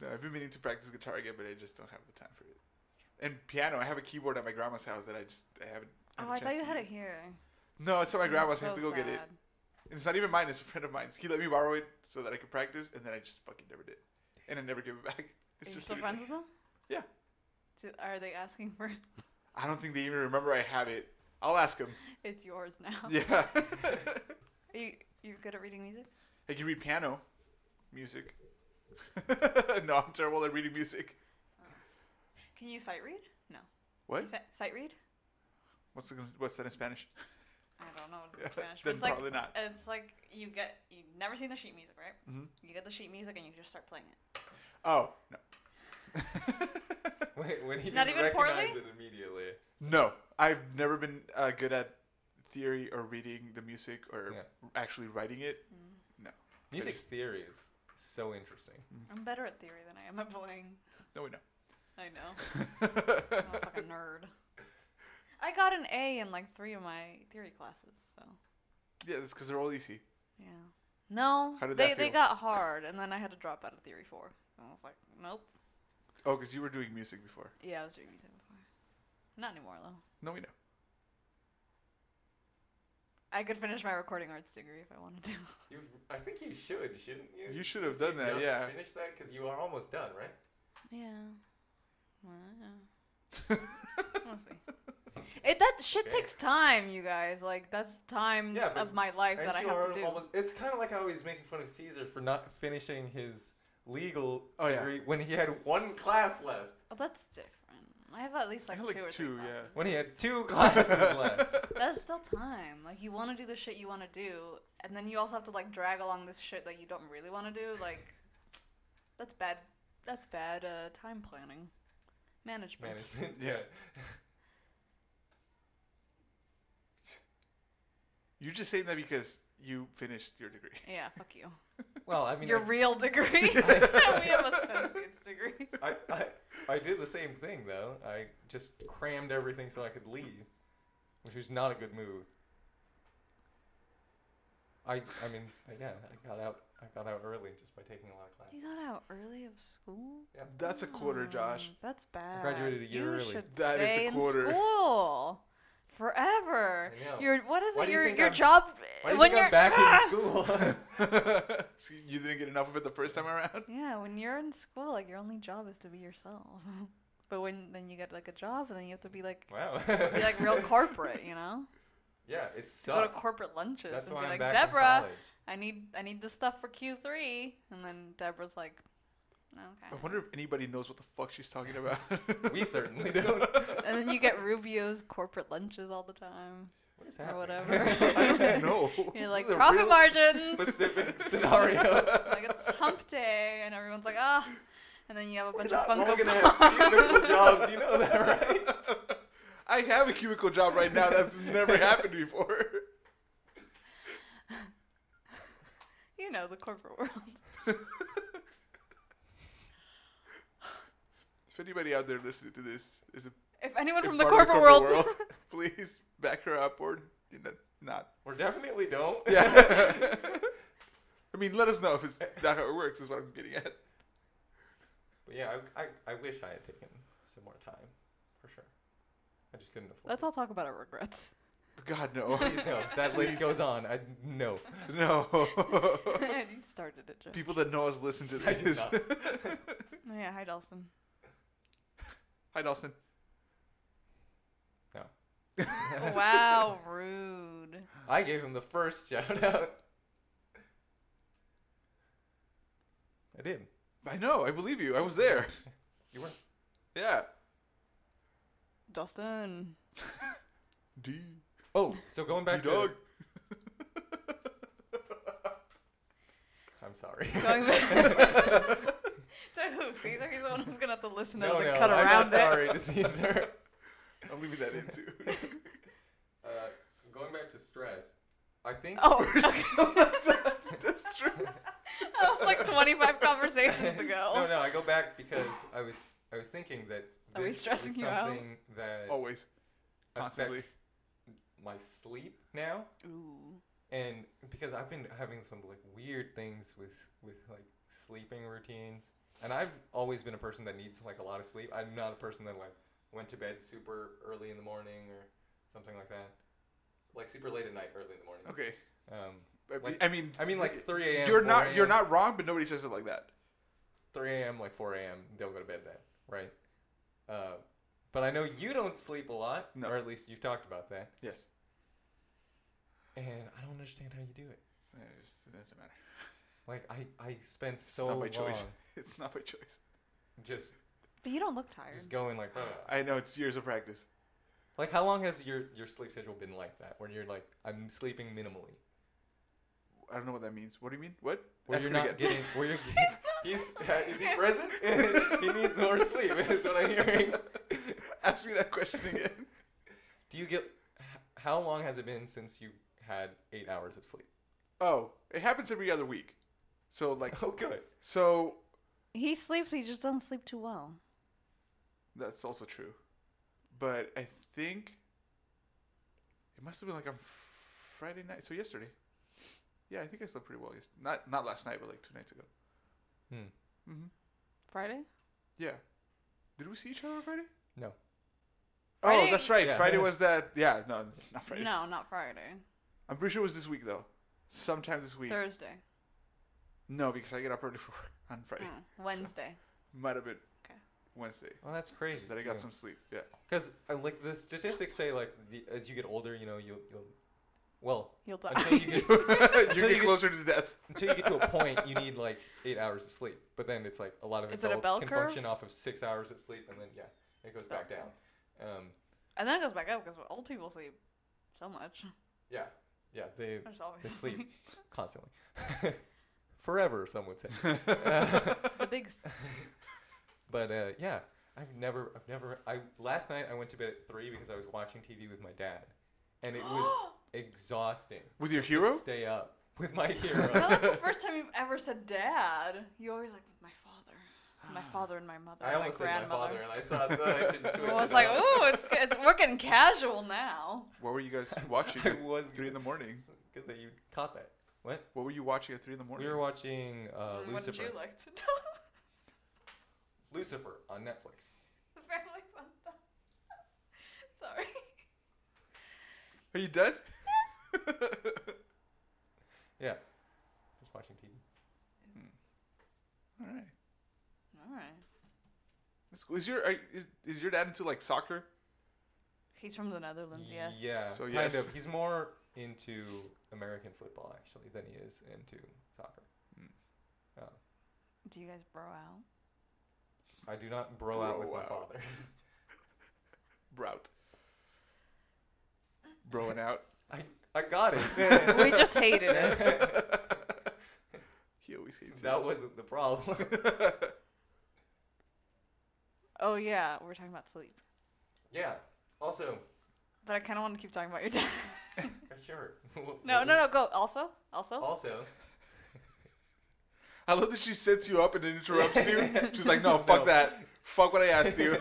Speaker 1: No, I've been meaning to practice guitar again, but I just don't have the time for it. And piano, I have a keyboard at my grandma's house that I just I haven't. had
Speaker 3: Oh,
Speaker 1: a
Speaker 3: I thought
Speaker 1: chance
Speaker 3: you
Speaker 1: to
Speaker 3: had it
Speaker 1: use.
Speaker 3: here.
Speaker 1: No, it's at my
Speaker 3: That's
Speaker 1: grandma's. I
Speaker 3: so
Speaker 1: have to go get it.
Speaker 3: sad.
Speaker 1: And it's not even mine. It's a friend of mine's. He let me borrow it so that I could practice, and then I just fucking never did. And I never gave it back. It's
Speaker 3: Are you
Speaker 1: just
Speaker 3: still
Speaker 1: sitting
Speaker 3: friends
Speaker 1: there.
Speaker 3: with them?
Speaker 1: Yeah.
Speaker 3: Do, are they asking for it?
Speaker 1: I don't think they even remember I have it. I'll ask him.
Speaker 3: It's yours now.
Speaker 1: Yeah,
Speaker 3: Are you you good at reading music?
Speaker 1: I can read piano, music. no, I'm terrible at reading music.
Speaker 3: Can you sight read? No.
Speaker 1: What?
Speaker 3: You si- sight read?
Speaker 1: What's the, what's that in Spanish?
Speaker 3: I don't know. It's
Speaker 1: Yeah,
Speaker 3: in Spanish. But
Speaker 1: then
Speaker 3: it's like uh,
Speaker 1: probably not.
Speaker 3: it's like you get you've never seen the sheet music, right?
Speaker 1: Mhm.
Speaker 3: You get the sheet music and you just start playing it.
Speaker 1: Oh no,
Speaker 2: Wait, when he
Speaker 3: Not
Speaker 2: didn't
Speaker 3: even
Speaker 2: recognize
Speaker 3: poorly?
Speaker 2: it immediately.
Speaker 1: no! I've never been uh, good at theory or reading the music or
Speaker 2: Yeah.
Speaker 1: actually writing it.
Speaker 2: Music
Speaker 1: just-
Speaker 2: theory is so interesting.
Speaker 1: Mm.
Speaker 3: I'm better at theory than I am at playing.
Speaker 1: No, we know.
Speaker 3: I know. I'm a fucking nerd. I got an A in like three of my theory classes, so
Speaker 1: Yeah, that's because they're all easy.
Speaker 3: Yeah. No.
Speaker 1: How did
Speaker 3: they
Speaker 1: that
Speaker 3: they
Speaker 1: feel?
Speaker 3: got hard, and then I had to drop out of theory four. And I was like, nope.
Speaker 1: Oh, because you were doing music before.
Speaker 3: Yeah, I was doing music before. Not anymore though.
Speaker 1: No, we know.
Speaker 3: I could finish my recording arts degree if I wanted to.
Speaker 2: You, I think you should, shouldn't you?
Speaker 1: You should have done that,
Speaker 2: Just
Speaker 1: yeah.
Speaker 2: Finish that because you are almost done, right?
Speaker 3: yeah. Well, yeah. we'll see. It that shit
Speaker 2: Okay.
Speaker 3: takes time, you guys. Like that's time
Speaker 2: Yeah, but
Speaker 3: of my life
Speaker 2: Aren't
Speaker 3: that I
Speaker 2: you
Speaker 3: have
Speaker 2: al-
Speaker 3: to do.
Speaker 2: almost- it's kind of like how he's making fun of Caesar for not finishing his legal
Speaker 1: Oh, yeah.
Speaker 2: degree when he had one class left.
Speaker 3: Oh, that's different. I have at least
Speaker 1: I
Speaker 3: like
Speaker 1: have,
Speaker 3: two
Speaker 1: like,
Speaker 3: or
Speaker 1: two,
Speaker 3: three
Speaker 1: yeah.
Speaker 3: classes.
Speaker 2: When he had two classes left.
Speaker 3: That's still time. Like you want to do the shit you want to do, and then you also have to like drag along this shit that you don't really want to do. Like, that's bad. That's bad uh, time planning, management.
Speaker 2: Management.
Speaker 1: Yeah. You're just saying that because you finished your degree.
Speaker 3: Yeah, fuck you.
Speaker 2: Well, I mean,
Speaker 3: Your
Speaker 2: I-
Speaker 3: real degree. we have associate's degrees.
Speaker 2: I, I, I did the same thing though. I just crammed everything so I could leave, which was not a good move. I I mean I- yeah I got out I got out early just by taking a lot of classes.
Speaker 3: You got out early of school.
Speaker 2: Yeah.
Speaker 1: That's a quarter, Josh.
Speaker 3: Mm, That's bad.
Speaker 2: graduated a year
Speaker 3: you
Speaker 2: early.
Speaker 3: Should
Speaker 1: That is a
Speaker 3: stay
Speaker 1: quarter.
Speaker 3: in school forever.
Speaker 2: I know.
Speaker 3: Your what is
Speaker 2: Why
Speaker 3: it?
Speaker 2: do you
Speaker 3: Your
Speaker 2: think
Speaker 3: your
Speaker 2: I'm-
Speaker 3: job
Speaker 2: Why do you
Speaker 3: when
Speaker 2: think I'm
Speaker 3: you're
Speaker 2: back
Speaker 3: Ah!
Speaker 2: in school?
Speaker 1: you didn't get enough of it the first time around?
Speaker 3: Yeah, when you're in school, like your only job is to be yourself. but when then you get like a job, and then you have to be like
Speaker 2: wow.
Speaker 3: be like real corporate, you know?
Speaker 2: yeah, it
Speaker 3: Go to
Speaker 2: sucks.
Speaker 3: corporate lunches
Speaker 2: That's
Speaker 3: and
Speaker 2: why
Speaker 3: be
Speaker 2: I'm
Speaker 3: like,
Speaker 2: back in
Speaker 3: Deborah,
Speaker 2: college.
Speaker 3: I need I need this stuff for Q three, and then Deborah's like,
Speaker 1: I
Speaker 3: okay.
Speaker 1: wonder if anybody knows what the fuck she's talking about.
Speaker 2: We certainly don't. What
Speaker 3: and then you get Rubio's corporate lunches all the time
Speaker 2: is happening?
Speaker 3: or whatever.
Speaker 1: I don't know.
Speaker 3: You're like
Speaker 2: is a
Speaker 3: profit
Speaker 2: real
Speaker 3: margins.
Speaker 2: Specific scenario.
Speaker 3: like it's hump day, and everyone's like, ah. And then you have a bunch
Speaker 2: We're
Speaker 3: of
Speaker 2: not all
Speaker 3: Funko
Speaker 2: gonna
Speaker 3: Pops.
Speaker 2: have cubicle jobs. You know that, right?
Speaker 1: I have a cubicle job right now that's never happened before.
Speaker 3: You know the corporate world.
Speaker 1: If anybody out there listening to this is a
Speaker 3: If anyone
Speaker 1: is
Speaker 3: from the
Speaker 1: part of
Speaker 3: corporate world,
Speaker 1: world, please back her up or you know, not.
Speaker 2: Or definitely don't.
Speaker 1: Yeah. I mean, let us know if it's not how it works. Is what I'm getting at.
Speaker 2: But yeah, I, I, I wish I had taken some more time, for sure. I just couldn't afford.
Speaker 3: let's
Speaker 2: it.
Speaker 3: all talk about our regrets.
Speaker 1: God no,
Speaker 2: Please no, that list goes on. I no.
Speaker 1: no.
Speaker 3: you started it, Jeff.
Speaker 1: People that know us listen to
Speaker 2: I did
Speaker 1: this.
Speaker 2: not.
Speaker 3: Oh, yeah, hi, Dawson.
Speaker 1: Hi, Dawson.
Speaker 3: wow, rude.
Speaker 2: I gave him the first shout out. I did.
Speaker 1: I know. I believe you. I was there.
Speaker 2: You were.
Speaker 1: Yeah.
Speaker 3: Dawson.
Speaker 1: D.
Speaker 2: Oh, so going
Speaker 1: D
Speaker 2: back
Speaker 1: dog.
Speaker 2: to. I'm sorry.
Speaker 3: Going back. to who? Caesar? He's the one who's going to have to listen to
Speaker 2: no,
Speaker 3: us
Speaker 2: no,
Speaker 3: and cut
Speaker 2: I'm
Speaker 3: around
Speaker 2: not
Speaker 3: it.
Speaker 2: sorry to Caesar.
Speaker 1: I'm leaving that in too.
Speaker 2: Uh, going back to stress, I think.
Speaker 3: Oh,
Speaker 1: That's true.
Speaker 3: that was like 25 conversations ago.
Speaker 2: No, no, I go back because I was I was thinking that
Speaker 3: Are we
Speaker 2: this is
Speaker 3: stressing you out?
Speaker 2: something that
Speaker 1: Always.
Speaker 2: affects
Speaker 1: Constantly.
Speaker 2: my sleep now,
Speaker 3: Ooh.
Speaker 2: and because I've been having some like weird things with with like sleeping routines, and I've always been a person that needs like a lot of sleep. I'm not a person that like went to bed super early in the morning or something like that, like super late at night, early in the morning.
Speaker 1: Okay.
Speaker 2: Um,
Speaker 1: I mean,
Speaker 2: Like-
Speaker 1: I mean,
Speaker 2: I mean like three a.m.
Speaker 1: you're
Speaker 2: 4
Speaker 1: not you're
Speaker 2: a.m.
Speaker 1: not wrong, but nobody says it like that.
Speaker 2: 3 a.m., like 4 a.m., don't go to bed then, right? Uh, but I know you don't sleep a lot,
Speaker 1: No.
Speaker 2: or at least you've talked about that,
Speaker 1: Yes.
Speaker 2: and I don't understand how you do it.
Speaker 1: It just- it doesn't matter.
Speaker 2: Like, I, I spend
Speaker 1: It's
Speaker 2: so
Speaker 1: not my
Speaker 2: long
Speaker 1: choice. It's not my choice.
Speaker 2: just
Speaker 3: But you don't look tired.
Speaker 2: just going like, "Ugh."
Speaker 1: I know it's years of practice.
Speaker 2: like how long has your, your sleep schedule been like that, where you're like, I'm sleeping minimally?
Speaker 1: I don't know what that means. What do you mean? What?
Speaker 2: Where
Speaker 1: Ask
Speaker 2: you're
Speaker 1: it
Speaker 2: not
Speaker 1: again.
Speaker 2: getting, where you're getting, he's, uh, is he present? he needs more sleep, is what I'm hearing.
Speaker 1: Ask me that question again.
Speaker 2: Do you get, h- how long has it been since you had eight hours of sleep?
Speaker 1: Oh, it happens every other week. So like,
Speaker 2: Oh, good.
Speaker 1: so
Speaker 3: He sleeps, he just doesn't sleep too well.
Speaker 1: that's also true. But I think it must have been like on Friday night. So yesterday. Yeah, I think I slept pretty well. Yes, not not last night, but like two nights ago.
Speaker 2: Hmm.
Speaker 1: Mm-hmm.
Speaker 3: Friday?
Speaker 1: Yeah. Did we see each other on Friday?
Speaker 2: No.
Speaker 1: Oh, that's right.
Speaker 2: Yeah.
Speaker 1: Friday was that. Yeah, no, not Friday.
Speaker 3: No, not Friday.
Speaker 1: I'm pretty sure it was this week though. Sometime this week.
Speaker 3: Thursday.
Speaker 1: No, because I get up early for work on Friday.
Speaker 3: Mm, Wednesday.
Speaker 1: Might have been
Speaker 3: Okay.
Speaker 1: Wednesday
Speaker 2: Well, that's crazy.
Speaker 1: that I got some sleep. Yeah.
Speaker 2: Because uh, like the statistics say, like the, as you get older, you know, you'll you'll well
Speaker 3: You'll die.
Speaker 2: until you get
Speaker 1: You're
Speaker 2: you
Speaker 1: getting
Speaker 2: get-
Speaker 1: closer to death.
Speaker 2: until you get to a point, you need like eight hours of sleep. But then it's like a lot of
Speaker 3: Is it a
Speaker 2: adults
Speaker 3: bell
Speaker 2: can
Speaker 3: curve?
Speaker 2: function off of six hours of sleep, and then yeah, it goes back
Speaker 3: Okay.
Speaker 2: down. Um,
Speaker 3: and then it goes back up because old people sleep so much.
Speaker 2: yeah, yeah, they
Speaker 3: There's always
Speaker 2: they sleep constantly, forever. Some would say.
Speaker 3: the big. s-
Speaker 2: But uh, yeah, I've never, I've never. I last night I went to bed at three because I was watching TV with my dad, and it was exhausting.
Speaker 1: With your
Speaker 2: to
Speaker 1: hero?
Speaker 2: stay up with my
Speaker 3: No,
Speaker 2: hero.
Speaker 3: that's the first time you've ever said dad. You're always like my father, my father and my mother,
Speaker 2: I
Speaker 3: my
Speaker 2: almost said my
Speaker 3: grandmother.
Speaker 2: father, and I thought that I should switch.
Speaker 3: I was
Speaker 2: it
Speaker 3: like,
Speaker 2: up.
Speaker 3: ooh, it's, it's we're getting casual now.
Speaker 1: What were you guys watching?
Speaker 2: I
Speaker 1: at
Speaker 2: was
Speaker 1: Three in the morning.
Speaker 2: It's Good that you caught that. What?
Speaker 1: What were you watching at three in the
Speaker 2: We
Speaker 1: morning?
Speaker 2: were watching uh,
Speaker 3: Mm, what did
Speaker 2: Lucifer.
Speaker 3: you like to know?
Speaker 2: Lucifer on Netflix.
Speaker 3: the family fun time. Sorry.
Speaker 1: Are you dead?
Speaker 2: Yeah, just watching TV.
Speaker 1: All right.
Speaker 3: All right.
Speaker 1: That's cool. Is your are, is, is your dad into like soccer?
Speaker 3: He's from the Netherlands. Yes.
Speaker 2: Yeah.
Speaker 1: So
Speaker 2: kind
Speaker 1: yes.
Speaker 2: of. He's more into American football actually than he is into soccer.
Speaker 1: Mm.
Speaker 2: Um,
Speaker 3: Do you guys bro out?
Speaker 2: I do not bro, out with
Speaker 1: Bro
Speaker 2: my
Speaker 1: out.
Speaker 2: father.
Speaker 1: Brout. Broing out.
Speaker 2: I got it.
Speaker 3: we just hated it.
Speaker 1: He always hates it.
Speaker 2: that wasn't the problem.
Speaker 3: Oh yeah, we're talking about sleep.
Speaker 2: yeah. Also,
Speaker 3: But I kind of want to keep talking about your dad.
Speaker 2: sure. What-
Speaker 3: No,
Speaker 2: what
Speaker 3: no, no. Go. Also,
Speaker 2: we-
Speaker 3: also.
Speaker 2: Also,
Speaker 1: I love that she sets you up and then interrupts you. She's like, no, fuck
Speaker 2: No.
Speaker 1: that. Fuck what I asked you.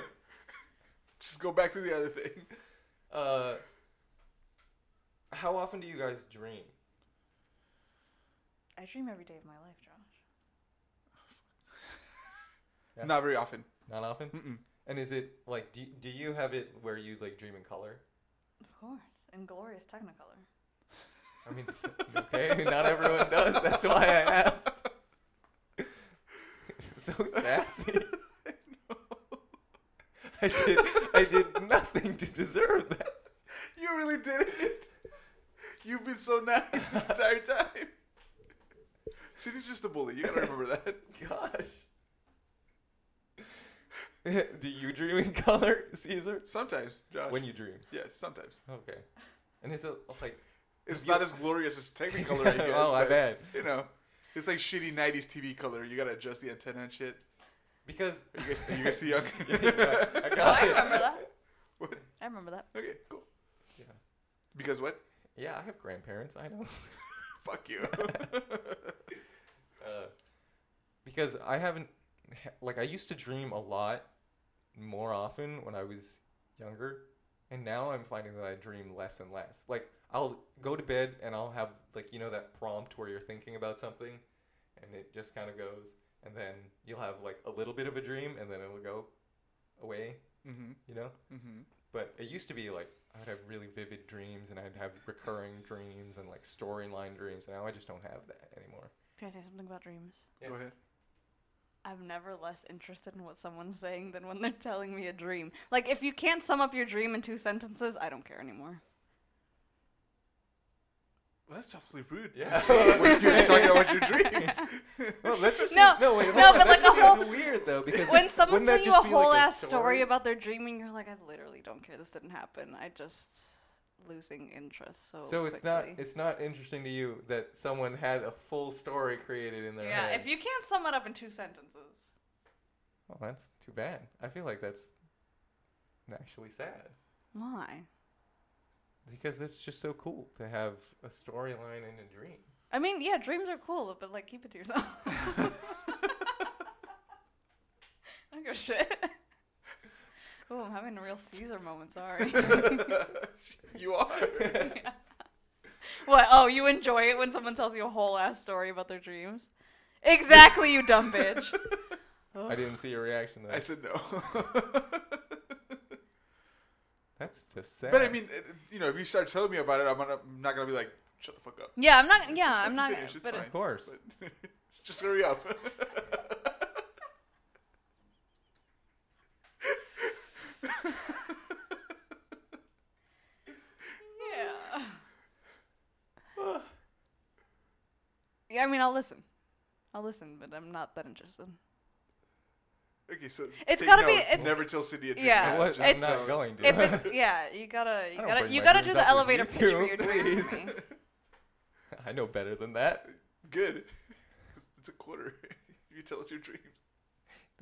Speaker 1: Just go back to the other thing.
Speaker 2: uh, how often do you guys dream?
Speaker 3: I dream every day of my life, Josh.
Speaker 2: Yeah.
Speaker 1: Not very often.
Speaker 2: Not often.
Speaker 1: Mm-mm.
Speaker 2: And is it like do do you have it where you like dream in color?
Speaker 3: Of course, in glorious Technicolor.
Speaker 2: I mean, okay, not everyone does. That's why I asked. so sassy. I did. I did nothing to deserve that.
Speaker 1: You really did it. You've been so nice this entire time. Cindy's just a bully. You gotta remember that.
Speaker 2: Gosh. Do you dream in color, Caesar?
Speaker 1: Sometimes, Josh.
Speaker 2: When you dream.
Speaker 1: yes, sometimes.
Speaker 2: Okay. And is it oh, like
Speaker 1: It's
Speaker 2: You-
Speaker 1: not as glorious as Technicolor, I guess.
Speaker 2: oh, I
Speaker 1: but,
Speaker 2: bet.
Speaker 1: You know, it's like shitty '90s TV color. You gotta adjust the antenna and shit.
Speaker 2: Because
Speaker 1: Are you guys, are you guys too young?
Speaker 2: Yeah, yeah, I
Speaker 3: Oh, I
Speaker 2: got it.
Speaker 3: remember that.
Speaker 1: What?
Speaker 3: I remember that.
Speaker 1: Okay, cool.
Speaker 2: Yeah.
Speaker 1: Because what?
Speaker 2: Yeah, I have grandparents. I know.
Speaker 1: Fuck you.
Speaker 2: Uh, because I haven't like I used to dream a lot more often when I was younger, and now I'm finding that I dream less and less. Like I'll go to bed and I'll have like you know that prompt where you're thinking about something, and it just kind of goes, and then you'll have like a little bit of a dream, and then it'll go away.
Speaker 1: mm-hmm.
Speaker 2: You know.
Speaker 1: Mm-hmm.
Speaker 2: But it used to be like I would have really vivid dreams and I'd have recurring dreams and like storyline dreams. Now I just don't have that anymore.
Speaker 3: Can I say something about dreams?
Speaker 2: Yeah.
Speaker 1: Go ahead.
Speaker 3: I'm never less interested in what someone's saying than when they're telling me a dream. Like, if you can't sum up your dream in two sentences, I don't care anymore.
Speaker 1: Well, that's awfully rude.
Speaker 2: Yeah.
Speaker 1: Yeah. when you're talking about your dreams.
Speaker 2: Well, let's just
Speaker 3: No,
Speaker 2: no wait
Speaker 3: no,
Speaker 2: hold on. That
Speaker 3: but, like, a
Speaker 2: just
Speaker 3: whole-
Speaker 2: seems weird though because
Speaker 3: When someone's
Speaker 2: wouldn't that
Speaker 3: telling you a
Speaker 2: just be, like,
Speaker 3: whole ass story?
Speaker 2: story
Speaker 3: about their dreaming, you're like, I literally don't care. This didn't happen. I just losing interest. So
Speaker 2: so it's not
Speaker 3: quickly."
Speaker 2: it's not interesting to you that someone had a full story created in their
Speaker 3: yeah.
Speaker 2: head.
Speaker 3: If you can't sum it up in two sentences,
Speaker 2: well, that's too bad. I feel like that's actually sad
Speaker 3: why?
Speaker 2: because that's just so cool to have a storyline in a dream.
Speaker 3: I mean, yeah, dreams are cool, but like, keep it to yourself. I don't give a shit. Oh, I'm having a real Caesar moment. Sorry.
Speaker 1: you are.
Speaker 3: What? Oh, you enjoy it when someone tells you a whole ass story about their dreams? Exactly, you dumb bitch.
Speaker 2: I didn't see your reaction though.
Speaker 1: I said no.
Speaker 2: That's just sad.
Speaker 1: but I mean, it- you know, if you start telling me about it, I'm, gonna, I'm not gonna be like, shut the fuck up.
Speaker 3: Yeah, I'm not. Yeah,
Speaker 1: Just let
Speaker 3: I'm
Speaker 1: me
Speaker 3: not.
Speaker 1: finish,
Speaker 3: gonna,
Speaker 1: it's
Speaker 3: but
Speaker 1: fine.
Speaker 2: Of course.
Speaker 1: But just hurry up.
Speaker 3: yeah. yeah, I mean, I'll listen. I'll listen, but I'm not that interested.
Speaker 1: okay, so
Speaker 3: It's
Speaker 1: take
Speaker 3: gotta be-
Speaker 1: notes.
Speaker 3: it's-
Speaker 1: never tell Cindy a dream.
Speaker 3: Yeah.
Speaker 2: I
Speaker 3: Uh,
Speaker 2: was,
Speaker 3: it's-
Speaker 2: I'm not going to.
Speaker 3: If it's yeah, you gotta you
Speaker 2: don't
Speaker 3: gotta
Speaker 2: bring
Speaker 3: you
Speaker 2: my
Speaker 3: gotta do
Speaker 2: dreams
Speaker 3: the
Speaker 2: up with you
Speaker 3: elevator pitch for
Speaker 2: two,
Speaker 3: your dream. for me.
Speaker 2: I know better than that.
Speaker 1: Good. It's a quarter. you tell us your dreams.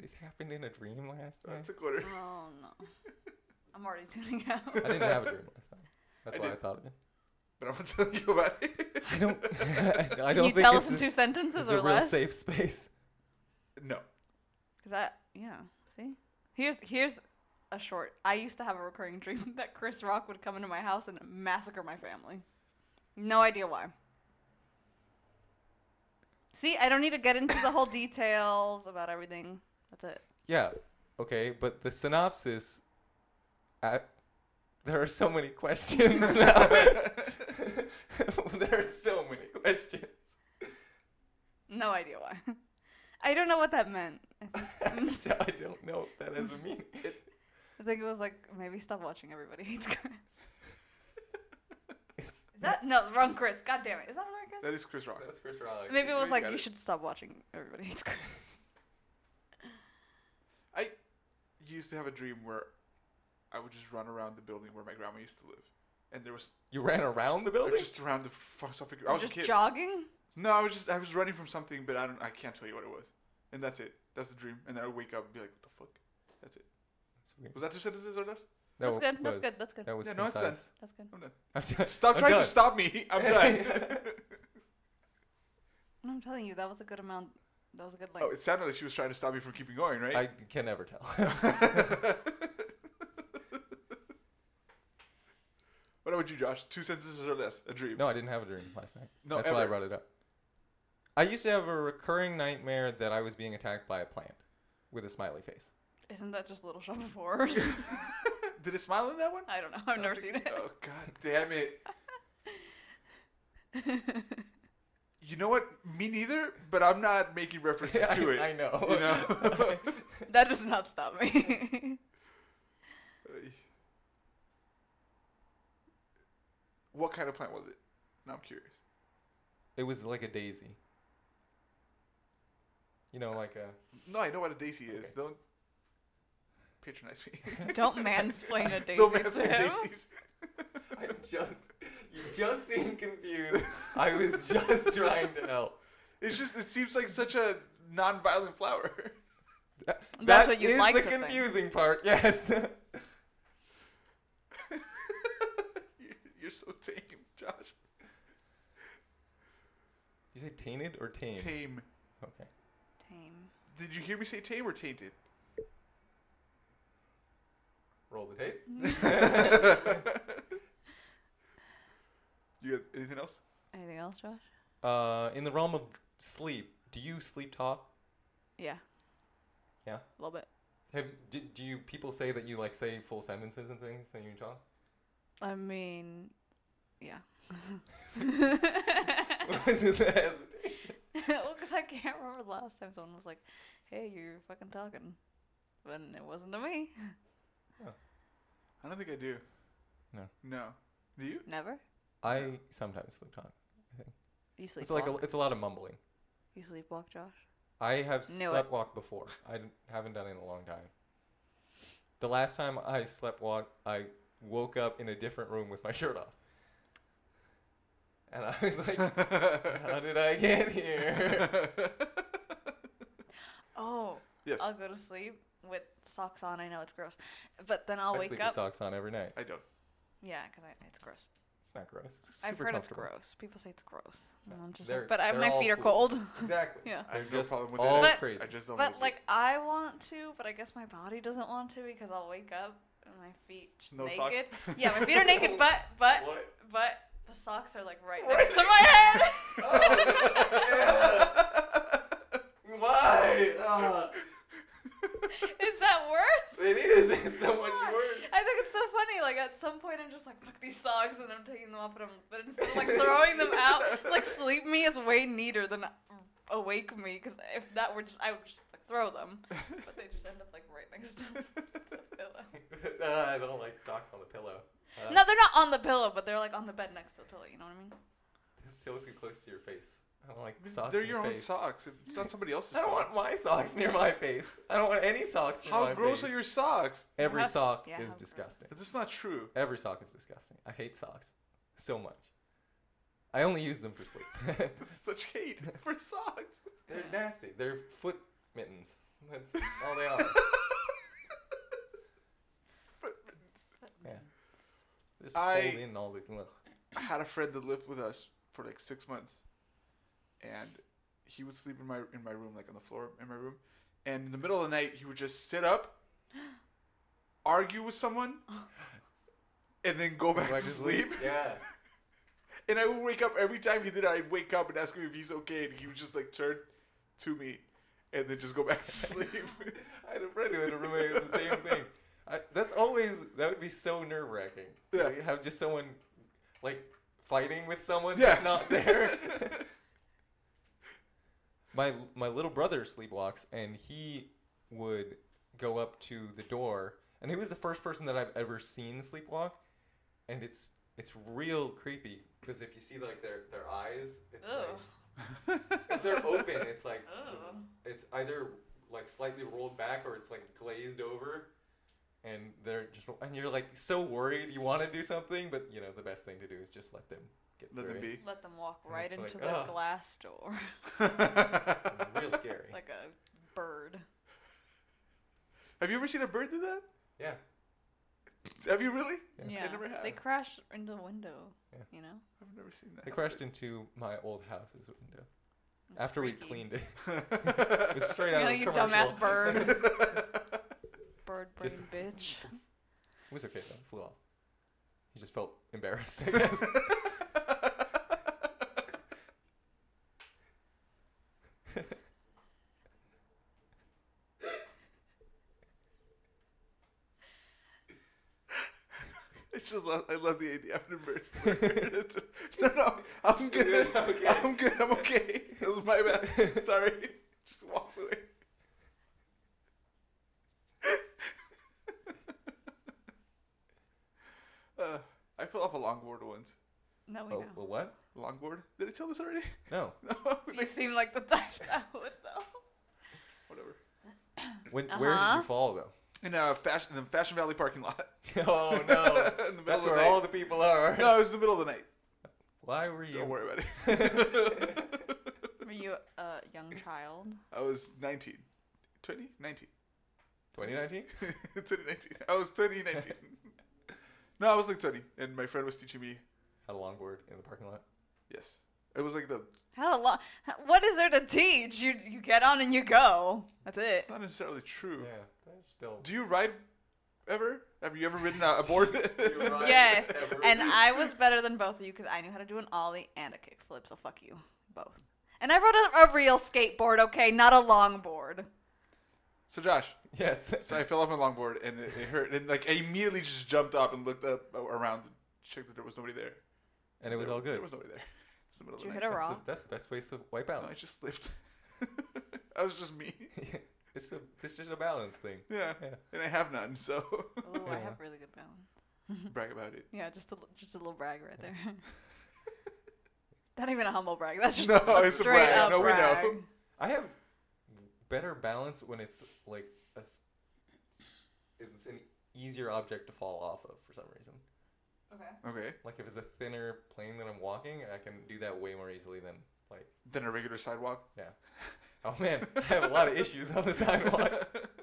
Speaker 2: This happened in a dream last night.
Speaker 1: That's a quarter.
Speaker 3: Oh no, I'm already tuning out.
Speaker 2: I didn't have a dream last night. That's
Speaker 1: I
Speaker 2: why I
Speaker 1: did.
Speaker 2: thought of it.
Speaker 1: But I'm gonna tell you about it.
Speaker 2: I don't. I don't
Speaker 3: Can you
Speaker 2: think
Speaker 3: tell
Speaker 2: it's
Speaker 3: us in
Speaker 2: a-
Speaker 3: two sentences
Speaker 2: it's
Speaker 3: or
Speaker 2: a real
Speaker 3: less?
Speaker 2: safe space.
Speaker 1: No.
Speaker 3: Cause I yeah. See, here's here's a short. I used to have a recurring dream that Chris Rock would come into my house and massacre my family. No idea why. See, I don't need to get into the whole details about everything. That's it.
Speaker 2: Yeah. Okay, but the synopsis. I, there are so many questions now. there are so many questions.
Speaker 3: No idea why. I don't know what that meant.
Speaker 2: I don't know if that has a meaning.
Speaker 3: I think it was like maybe stop watching. Everybody hates Chris.
Speaker 2: It's-
Speaker 3: Is that no wrong Chris? God damn it! Is that the right Chris?
Speaker 1: That is Chris Rock.
Speaker 2: That's Chris Rock.
Speaker 3: Maybe it was
Speaker 1: you
Speaker 3: like
Speaker 1: got
Speaker 3: you
Speaker 1: it.
Speaker 3: should stop watching. Everybody hates Chris.
Speaker 1: I used to have a dream where I would just run around the building where my grandma used to live. And there was
Speaker 2: You ran around the
Speaker 1: or
Speaker 2: building.
Speaker 1: just around the fuck something. I was
Speaker 3: just
Speaker 1: a kid.
Speaker 3: jogging.
Speaker 1: no, I was just I was running from something, but I don't I can't tell you what it was. And that's it. That's the dream. And then I would wake up and be like, what the fuck? That's it. Was that two sentences or less?
Speaker 2: That
Speaker 3: That's
Speaker 2: w-
Speaker 3: good, that's
Speaker 2: was-
Speaker 3: good, that's good.
Speaker 2: That was
Speaker 1: Yeah, no, it's done.
Speaker 2: concise.
Speaker 3: That's good.
Speaker 1: I'm done.
Speaker 2: I'm done.
Speaker 1: Stop
Speaker 2: I'm
Speaker 1: trying
Speaker 2: done.
Speaker 1: to stop me. I'm done.
Speaker 3: No, I'm telling you, that was a good amount. That was a good like.
Speaker 1: oh, it sounded like she was trying to stop me from keeping going, right?
Speaker 2: I can never tell.
Speaker 1: what about you, Josh? Two sentences or less. A dream.
Speaker 2: no, I didn't have a dream last night.
Speaker 1: No,
Speaker 2: That's why I
Speaker 1: ever.
Speaker 2: brought it up. I used to have a recurring nightmare that I was being attacked by a plant with a smiley face.
Speaker 3: Isn't that just Little Shop of Horrors?
Speaker 1: Did it smile in that one?
Speaker 3: I don't know. I've
Speaker 1: I
Speaker 3: never
Speaker 1: think-
Speaker 3: seen it.
Speaker 1: Oh god damn it. you know what? Me neither, but I'm not making references
Speaker 2: I,
Speaker 1: to it.
Speaker 2: I know.
Speaker 1: You know?
Speaker 3: That does not stop me.
Speaker 1: what kind of plant was it? Now I'm curious.
Speaker 2: it was like a daisy. You know, like a.
Speaker 1: No, I know what a daisy is.
Speaker 2: Okay.
Speaker 1: Don't patronize me.
Speaker 3: don't mansplain a
Speaker 1: Don't
Speaker 3: daisy to
Speaker 1: mansplain
Speaker 3: him.
Speaker 1: daisies.
Speaker 2: I just. You just seem confused. I was just trying to help.
Speaker 1: It's just it seems like such a non-violent flower.
Speaker 3: That's
Speaker 2: That
Speaker 3: what you'd
Speaker 2: is
Speaker 3: like
Speaker 2: the
Speaker 3: to think.
Speaker 2: confusing part. Yes.
Speaker 1: You're, you're so tame, Josh.
Speaker 2: You say tainted or tame?
Speaker 1: Tame.
Speaker 2: Okay.
Speaker 3: Tame.
Speaker 1: Did you hear me say tame or tainted?
Speaker 2: Roll the tape.
Speaker 1: You got anything else?
Speaker 3: Anything else, Josh?
Speaker 2: Uh, in the realm of sleep, do you sleep talk?
Speaker 3: Yeah.
Speaker 2: Yeah.
Speaker 3: A little bit.
Speaker 2: Have do, do you people say that you like say full sentences and things when you talk?
Speaker 3: I mean, yeah.
Speaker 2: What is it that hesitation?
Speaker 3: well, because I can't remember the last time someone was like, "Hey, you're fucking talking," but it wasn't to me.
Speaker 1: I don't think I do.
Speaker 2: No.
Speaker 1: No. Do you?
Speaker 3: Never.
Speaker 2: I sometimes sleep talk.
Speaker 3: You sleepwalk.
Speaker 2: It's like a, it's a lot of mumbling.
Speaker 3: you sleepwalk, Josh.
Speaker 2: I have
Speaker 3: Knew it.
Speaker 2: slept walk before. I d- haven't done it in a long time. The last time I slept walk, I woke up in a different room with my shirt off, and I was like, "How did I get here?"
Speaker 3: Oh,
Speaker 1: Yes.
Speaker 3: I'll go to sleep with socks on. I know it's gross, but then I'll
Speaker 2: I
Speaker 3: wake
Speaker 2: sleep
Speaker 3: up.
Speaker 2: with socks on every night.
Speaker 1: I don't.
Speaker 3: Yeah, because it's gross.
Speaker 2: It's not gross. It's
Speaker 3: I've
Speaker 2: super
Speaker 3: heard it's
Speaker 2: comfortable.
Speaker 3: gross. People say it's gross.
Speaker 2: No,
Speaker 3: And I'm just
Speaker 2: they're-
Speaker 3: like, but I,
Speaker 2: they're
Speaker 3: my
Speaker 2: all
Speaker 3: feet are
Speaker 2: fools.
Speaker 3: cold.
Speaker 2: Exactly.
Speaker 3: yeah.
Speaker 1: I have no
Speaker 2: just
Speaker 1: problem with
Speaker 2: all
Speaker 1: it.
Speaker 3: But-
Speaker 2: crazy.
Speaker 1: I just don't.
Speaker 3: But
Speaker 1: it.
Speaker 3: like I want to, but I guess my body doesn't want to because I'll wake up and my feet just
Speaker 1: No socks?
Speaker 3: naked. Yeah, my feet are naked, but but
Speaker 2: What?
Speaker 3: but the socks are like right
Speaker 2: Right
Speaker 3: next to my head.
Speaker 2: Why? Uh,
Speaker 3: Is that worse?
Speaker 2: it is because it's so much
Speaker 3: God.
Speaker 2: worse.
Speaker 3: I think it's so funny. Like at some point, I'm just like, "Fuck these socks," and I'm taking them off, and I'm, but instead of like throwing them out, like sleep me is way neater than awake me. Because if that were just, I would just like, throw them, but they just end up like right next to the pillow.
Speaker 2: uh, I don't like socks on the pillow. Uh,
Speaker 3: No, they're not on the pillow, but they're like on the bed next to the pillow. You know what I mean?
Speaker 2: It's still too close to your face. I don't like
Speaker 1: Th-
Speaker 2: socks.
Speaker 1: They're
Speaker 2: in
Speaker 1: your own
Speaker 2: face.
Speaker 1: socks. It's not somebody else's
Speaker 2: I don't
Speaker 1: socks.
Speaker 2: want my socks near my face. I don't want any socks near my
Speaker 1: How gross
Speaker 2: face.
Speaker 1: are your socks?
Speaker 2: Every
Speaker 3: Yeah,
Speaker 2: sock
Speaker 3: yeah,
Speaker 2: is
Speaker 3: how gross.
Speaker 2: disgusting.
Speaker 1: That's not true.
Speaker 2: Every sock is disgusting. I hate socks so much. I only use them for sleep.
Speaker 1: That's such hate for socks.
Speaker 2: They're
Speaker 3: Yeah.
Speaker 2: nasty. They're foot mittens. That's all they are. yeah. Just
Speaker 1: I-
Speaker 2: fold in all the. Ugh.
Speaker 1: I had a friend that lived with us for like six months, and he would sleep in my in my room, like on the floor in my room, and in the middle of the night he would just sit up, argue with someone, and then go back
Speaker 2: Do I
Speaker 1: to
Speaker 2: just
Speaker 1: sleep.
Speaker 2: leave? Yeah.
Speaker 1: And I would wake up every time he did. it, I'd wake up and ask him if he's okay, and he would just like turn to me, and then just go back to sleep.
Speaker 2: I had a friend who had a roommate with the same thing. I, that's always that would be so nerve wracking.
Speaker 1: Yeah.
Speaker 2: Have just someone like fighting with someone
Speaker 1: Yeah.
Speaker 2: that's not there. my my little brother sleepwalks and he would go up to the door and he was the first person that I've ever seen sleepwalk and it's it's real creepy because if you see like their their eyes it's
Speaker 3: Ugh.
Speaker 2: like if they're open it's like
Speaker 3: Ugh.
Speaker 2: it's either like slightly rolled back or it's like glazed over and they're just and you're like so worried you want to do something but you know the best thing to do is just let them get
Speaker 1: Let
Speaker 2: through
Speaker 1: them
Speaker 2: it.
Speaker 1: be.
Speaker 3: Let them walk
Speaker 2: And
Speaker 3: right
Speaker 2: it's like,
Speaker 3: into the
Speaker 2: ugh.
Speaker 3: glass door
Speaker 2: real scary
Speaker 3: like a bird.
Speaker 1: Have you ever seen a bird do that?
Speaker 2: yeah
Speaker 1: Have you really?
Speaker 2: Yeah.
Speaker 3: Yeah,
Speaker 1: never have.
Speaker 3: they crash into the window.
Speaker 2: Yeah.
Speaker 3: You know,
Speaker 1: I've never seen that.
Speaker 2: they crashed into my old house's window
Speaker 3: It's
Speaker 2: after we
Speaker 3: freaky.
Speaker 2: cleaned it it was straight out
Speaker 3: Yeah,
Speaker 2: of a
Speaker 3: you
Speaker 2: commercial.
Speaker 3: dumbass bird. bird brain
Speaker 2: Just-
Speaker 3: bitch.
Speaker 2: It was okay though. It flew off. He just felt embarrassed, I guess.
Speaker 1: It's just lo- I love the idea. I've never seen a bird. no, no, I'm good.
Speaker 2: You're okay.
Speaker 1: I'm good. I'm okay. This is my bad. Sorry. Just walks away. uh, I fell off a longboard once.
Speaker 3: No, we
Speaker 2: oh,
Speaker 3: know.
Speaker 2: well, what?
Speaker 1: Longboard? Did I tell this already?
Speaker 2: No.
Speaker 1: No.
Speaker 3: You seem like the type that would though.
Speaker 1: Whatever.
Speaker 2: When, Where did
Speaker 3: Uh-huh.
Speaker 2: you fall though?
Speaker 1: In a fashion, in the Fashion Valley parking lot.
Speaker 2: oh no.
Speaker 1: in the middle
Speaker 2: That's
Speaker 1: of the
Speaker 2: where
Speaker 1: night.
Speaker 2: all the people are.
Speaker 1: No, it was the middle of the night.
Speaker 2: Why were you?
Speaker 1: Don't worry about it.
Speaker 3: Were you a young child?
Speaker 1: I was 19. 20? 19.
Speaker 2: 2019.
Speaker 1: 2019. I was 2019. no, I was like 20, and my friend was teaching me.
Speaker 2: Had a longboard in the parking lot.
Speaker 1: Yes, it was like the.
Speaker 3: How long? What is there to teach? You you get on and you go. That's it.
Speaker 1: It's not necessarily true.
Speaker 2: Yeah, that's still.
Speaker 1: Do you ride ever? Have you ever ridden a, a board?
Speaker 3: Yes, and I was better than both of you because I knew how to do an ollie and a kickflip. So fuck you both. And I rode a, a real skateboard, okay, not a longboard.
Speaker 1: so Josh,
Speaker 2: Yes.
Speaker 1: so I fell off my longboard and it, it hurt, and like I immediately just jumped up and looked up uh, around, to check that there was nobody there.
Speaker 2: And it was
Speaker 1: There-
Speaker 2: all good.
Speaker 1: There was nobody there. It's the middle
Speaker 3: Did you
Speaker 1: of the
Speaker 3: hit
Speaker 1: night.
Speaker 3: a
Speaker 2: That's the,
Speaker 3: rock?
Speaker 2: that's the best place to wipe
Speaker 1: No, I
Speaker 2: out.
Speaker 1: just slipped. I was just me.
Speaker 2: it's a, it's just a balance thing.
Speaker 1: Yeah,
Speaker 2: Yeah.
Speaker 1: and I have none, so
Speaker 3: Oh, I
Speaker 2: Yeah.
Speaker 3: have really good balance.
Speaker 1: brag about it.
Speaker 3: Yeah, just a li- just a little brag right there. Not even a humble brag. That's just
Speaker 1: No,
Speaker 3: a
Speaker 1: it's a
Speaker 3: straight
Speaker 1: brag.
Speaker 3: up
Speaker 1: No, we know.
Speaker 3: brag.
Speaker 2: I have better balance when it's like a, s- it's an easier object to fall off of for some reason.
Speaker 3: Okay.
Speaker 1: Okay,
Speaker 2: Like if it's a thinner plane that I'm walking, I can do that way more easily than like
Speaker 1: then a regular sidewalk.
Speaker 2: oh man, I have a lot of issues on the sidewalk.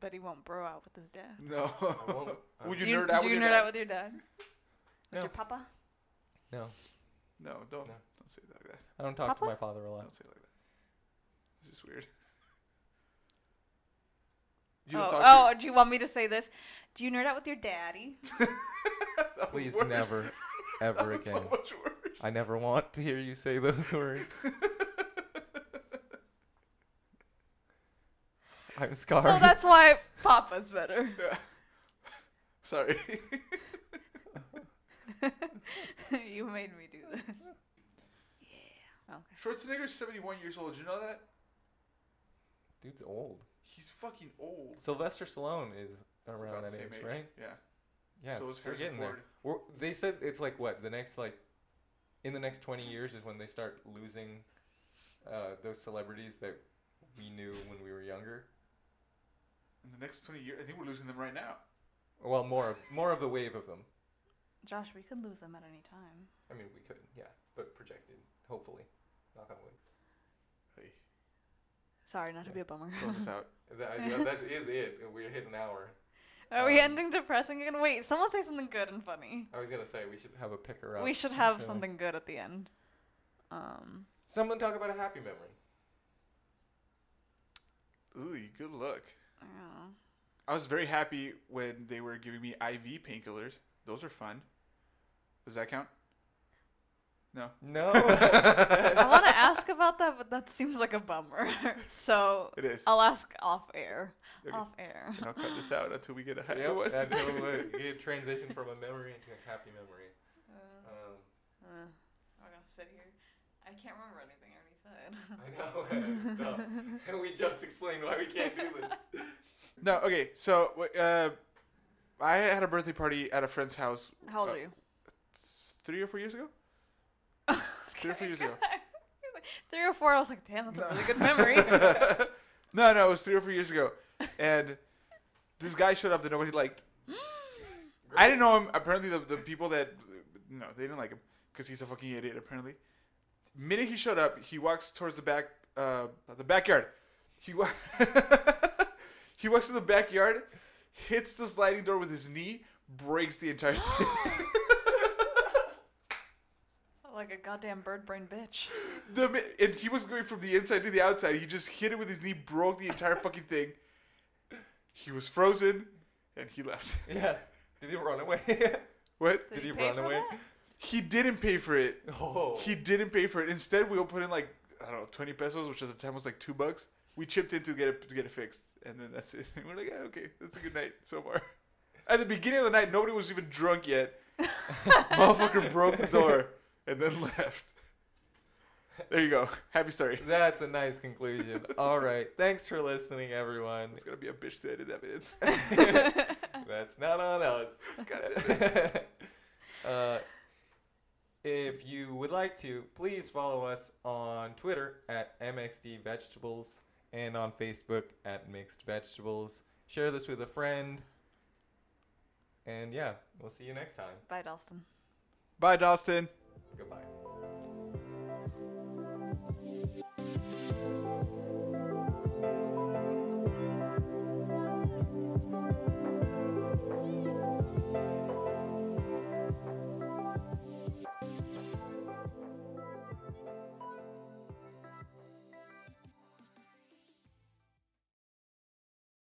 Speaker 3: But he won't bro out with his dad.
Speaker 1: No.
Speaker 2: I won't- uh, I
Speaker 1: Would
Speaker 2: won't-
Speaker 1: you
Speaker 3: do you,
Speaker 1: nerd out with
Speaker 3: do you
Speaker 1: your
Speaker 3: nerd
Speaker 1: dad?
Speaker 3: out with your dad?
Speaker 2: No.
Speaker 3: With your papa?
Speaker 2: No,
Speaker 1: No, don't
Speaker 2: No.
Speaker 1: don't say it like that.
Speaker 2: I don't talk
Speaker 3: Papa?
Speaker 2: to my father a lot.
Speaker 1: Don't say it like that. It's just weird. You
Speaker 3: Oh,
Speaker 1: don't
Speaker 3: oh
Speaker 1: talk
Speaker 3: do you want me to say this? Do you nerd out with your daddy?
Speaker 1: to your-
Speaker 2: Please
Speaker 1: That was worse.
Speaker 2: never, ever
Speaker 1: That was
Speaker 2: again.
Speaker 1: So much worse.
Speaker 2: I never want to hear you say those words. I'm scarred.
Speaker 3: So that's why Papa's better.
Speaker 1: Sorry.
Speaker 3: you made me do this. Yeah. Okay.
Speaker 1: Schwarzenegger's 71 years old. Did you know that?
Speaker 2: Dude's old.
Speaker 1: He's fucking old.
Speaker 2: Sylvester Stallone is
Speaker 1: He's
Speaker 2: around
Speaker 1: about
Speaker 2: that
Speaker 1: the same
Speaker 2: age, right?
Speaker 1: Yeah.
Speaker 2: Yeah,
Speaker 1: So is
Speaker 2: we're
Speaker 1: Harrison
Speaker 2: getting there.
Speaker 1: Ford.
Speaker 2: We're, they said it's like what the next like, in the next twenty years is when they start losing, uh, those celebrities that we knew when we were younger.
Speaker 1: In the next 20 years, I think we're losing them right now.
Speaker 2: Well, more of more of the wave of them.
Speaker 3: Josh, we could lose them at any time.
Speaker 2: I mean, we could, yeah, but projected, hopefully, knock on wood.
Speaker 1: Hey,
Speaker 3: Sorry, not to be a bummer.
Speaker 1: close this out.
Speaker 2: That, I- that is it. We're hit an hour.
Speaker 3: Are we
Speaker 2: Um,
Speaker 3: ending depressing again? Wait, someone say something good and funny.
Speaker 2: I was gonna say we should have a picker up.
Speaker 3: We should have
Speaker 2: Okay.
Speaker 3: something good at the end. Um,
Speaker 2: Someone talk about a happy memory.
Speaker 1: Ooh, good luck.
Speaker 3: I don't know.
Speaker 1: I was very happy when they were giving me IV painkillers. Those are fun. Does that count? No.
Speaker 2: No.
Speaker 3: I want to ask about that, but that seems like a bummer. so
Speaker 1: It is.
Speaker 3: I'll ask off air.
Speaker 1: Okay.
Speaker 3: Off air.
Speaker 1: And I'll cut this out until we get a happy one.
Speaker 2: Yep, that totally good transition from a memory into a happy memory. Um,
Speaker 3: Uh, I'm gonna sit here. I can't remember anything I already said.
Speaker 2: I know, it's tough. And we just explained why we can't do this.
Speaker 1: No, okay. So, w- uh, I had a birthday party at a friend's house
Speaker 3: How old
Speaker 1: Uh,
Speaker 3: are you?
Speaker 1: s- three or four years ago. three or four years ago.
Speaker 3: Three or four. I was like, damn, that's a really good memory.
Speaker 1: No, no, it was three or four years ago, and this guy showed up that nobody liked. I didn't know him. Apparently, the, the people that no, they didn't like him because he's a fucking idiot. Apparently, minute he showed up, he walks towards the back, uh, the backyard. He wa- he walks to the backyard, hits the sliding door with his knee, breaks the entire thing.
Speaker 3: like a goddamn bird brain bitch.
Speaker 1: The mi- and he was going from the inside to the outside. He just hit it with his knee, broke the entire fucking thing. He was frozen, and he left.
Speaker 2: Yeah. Did he run away? Did,
Speaker 1: What?
Speaker 3: Did he
Speaker 2: he,
Speaker 3: pay
Speaker 2: run
Speaker 3: for
Speaker 2: away?
Speaker 3: that?
Speaker 1: He didn't pay for it.
Speaker 2: Oh.
Speaker 1: He didn't pay for it. Instead, we all put in like I don't know, twenty pesos, which at the time was like two bucks. We chipped in to get it to get it fixed, and then that's it. And we're like, yeah, okay, that's a good night so far. At the beginning of the night, nobody was even drunk yet. Motherfucker broke the door and then left. There you go. Happy story.
Speaker 2: That's a nice conclusion. All right. Thanks for listening, everyone.
Speaker 1: It's gonna be a bitch to edit that minute.
Speaker 2: That's not on us. uh, if you would like to, please follow us on Twitter at MXD Vegetables and on Facebook at Mixed Vegetables. Share this with a friend. And yeah, we'll see you next time.
Speaker 3: Bye, Dalston.
Speaker 1: Bye, Dustin.
Speaker 2: Goodbye.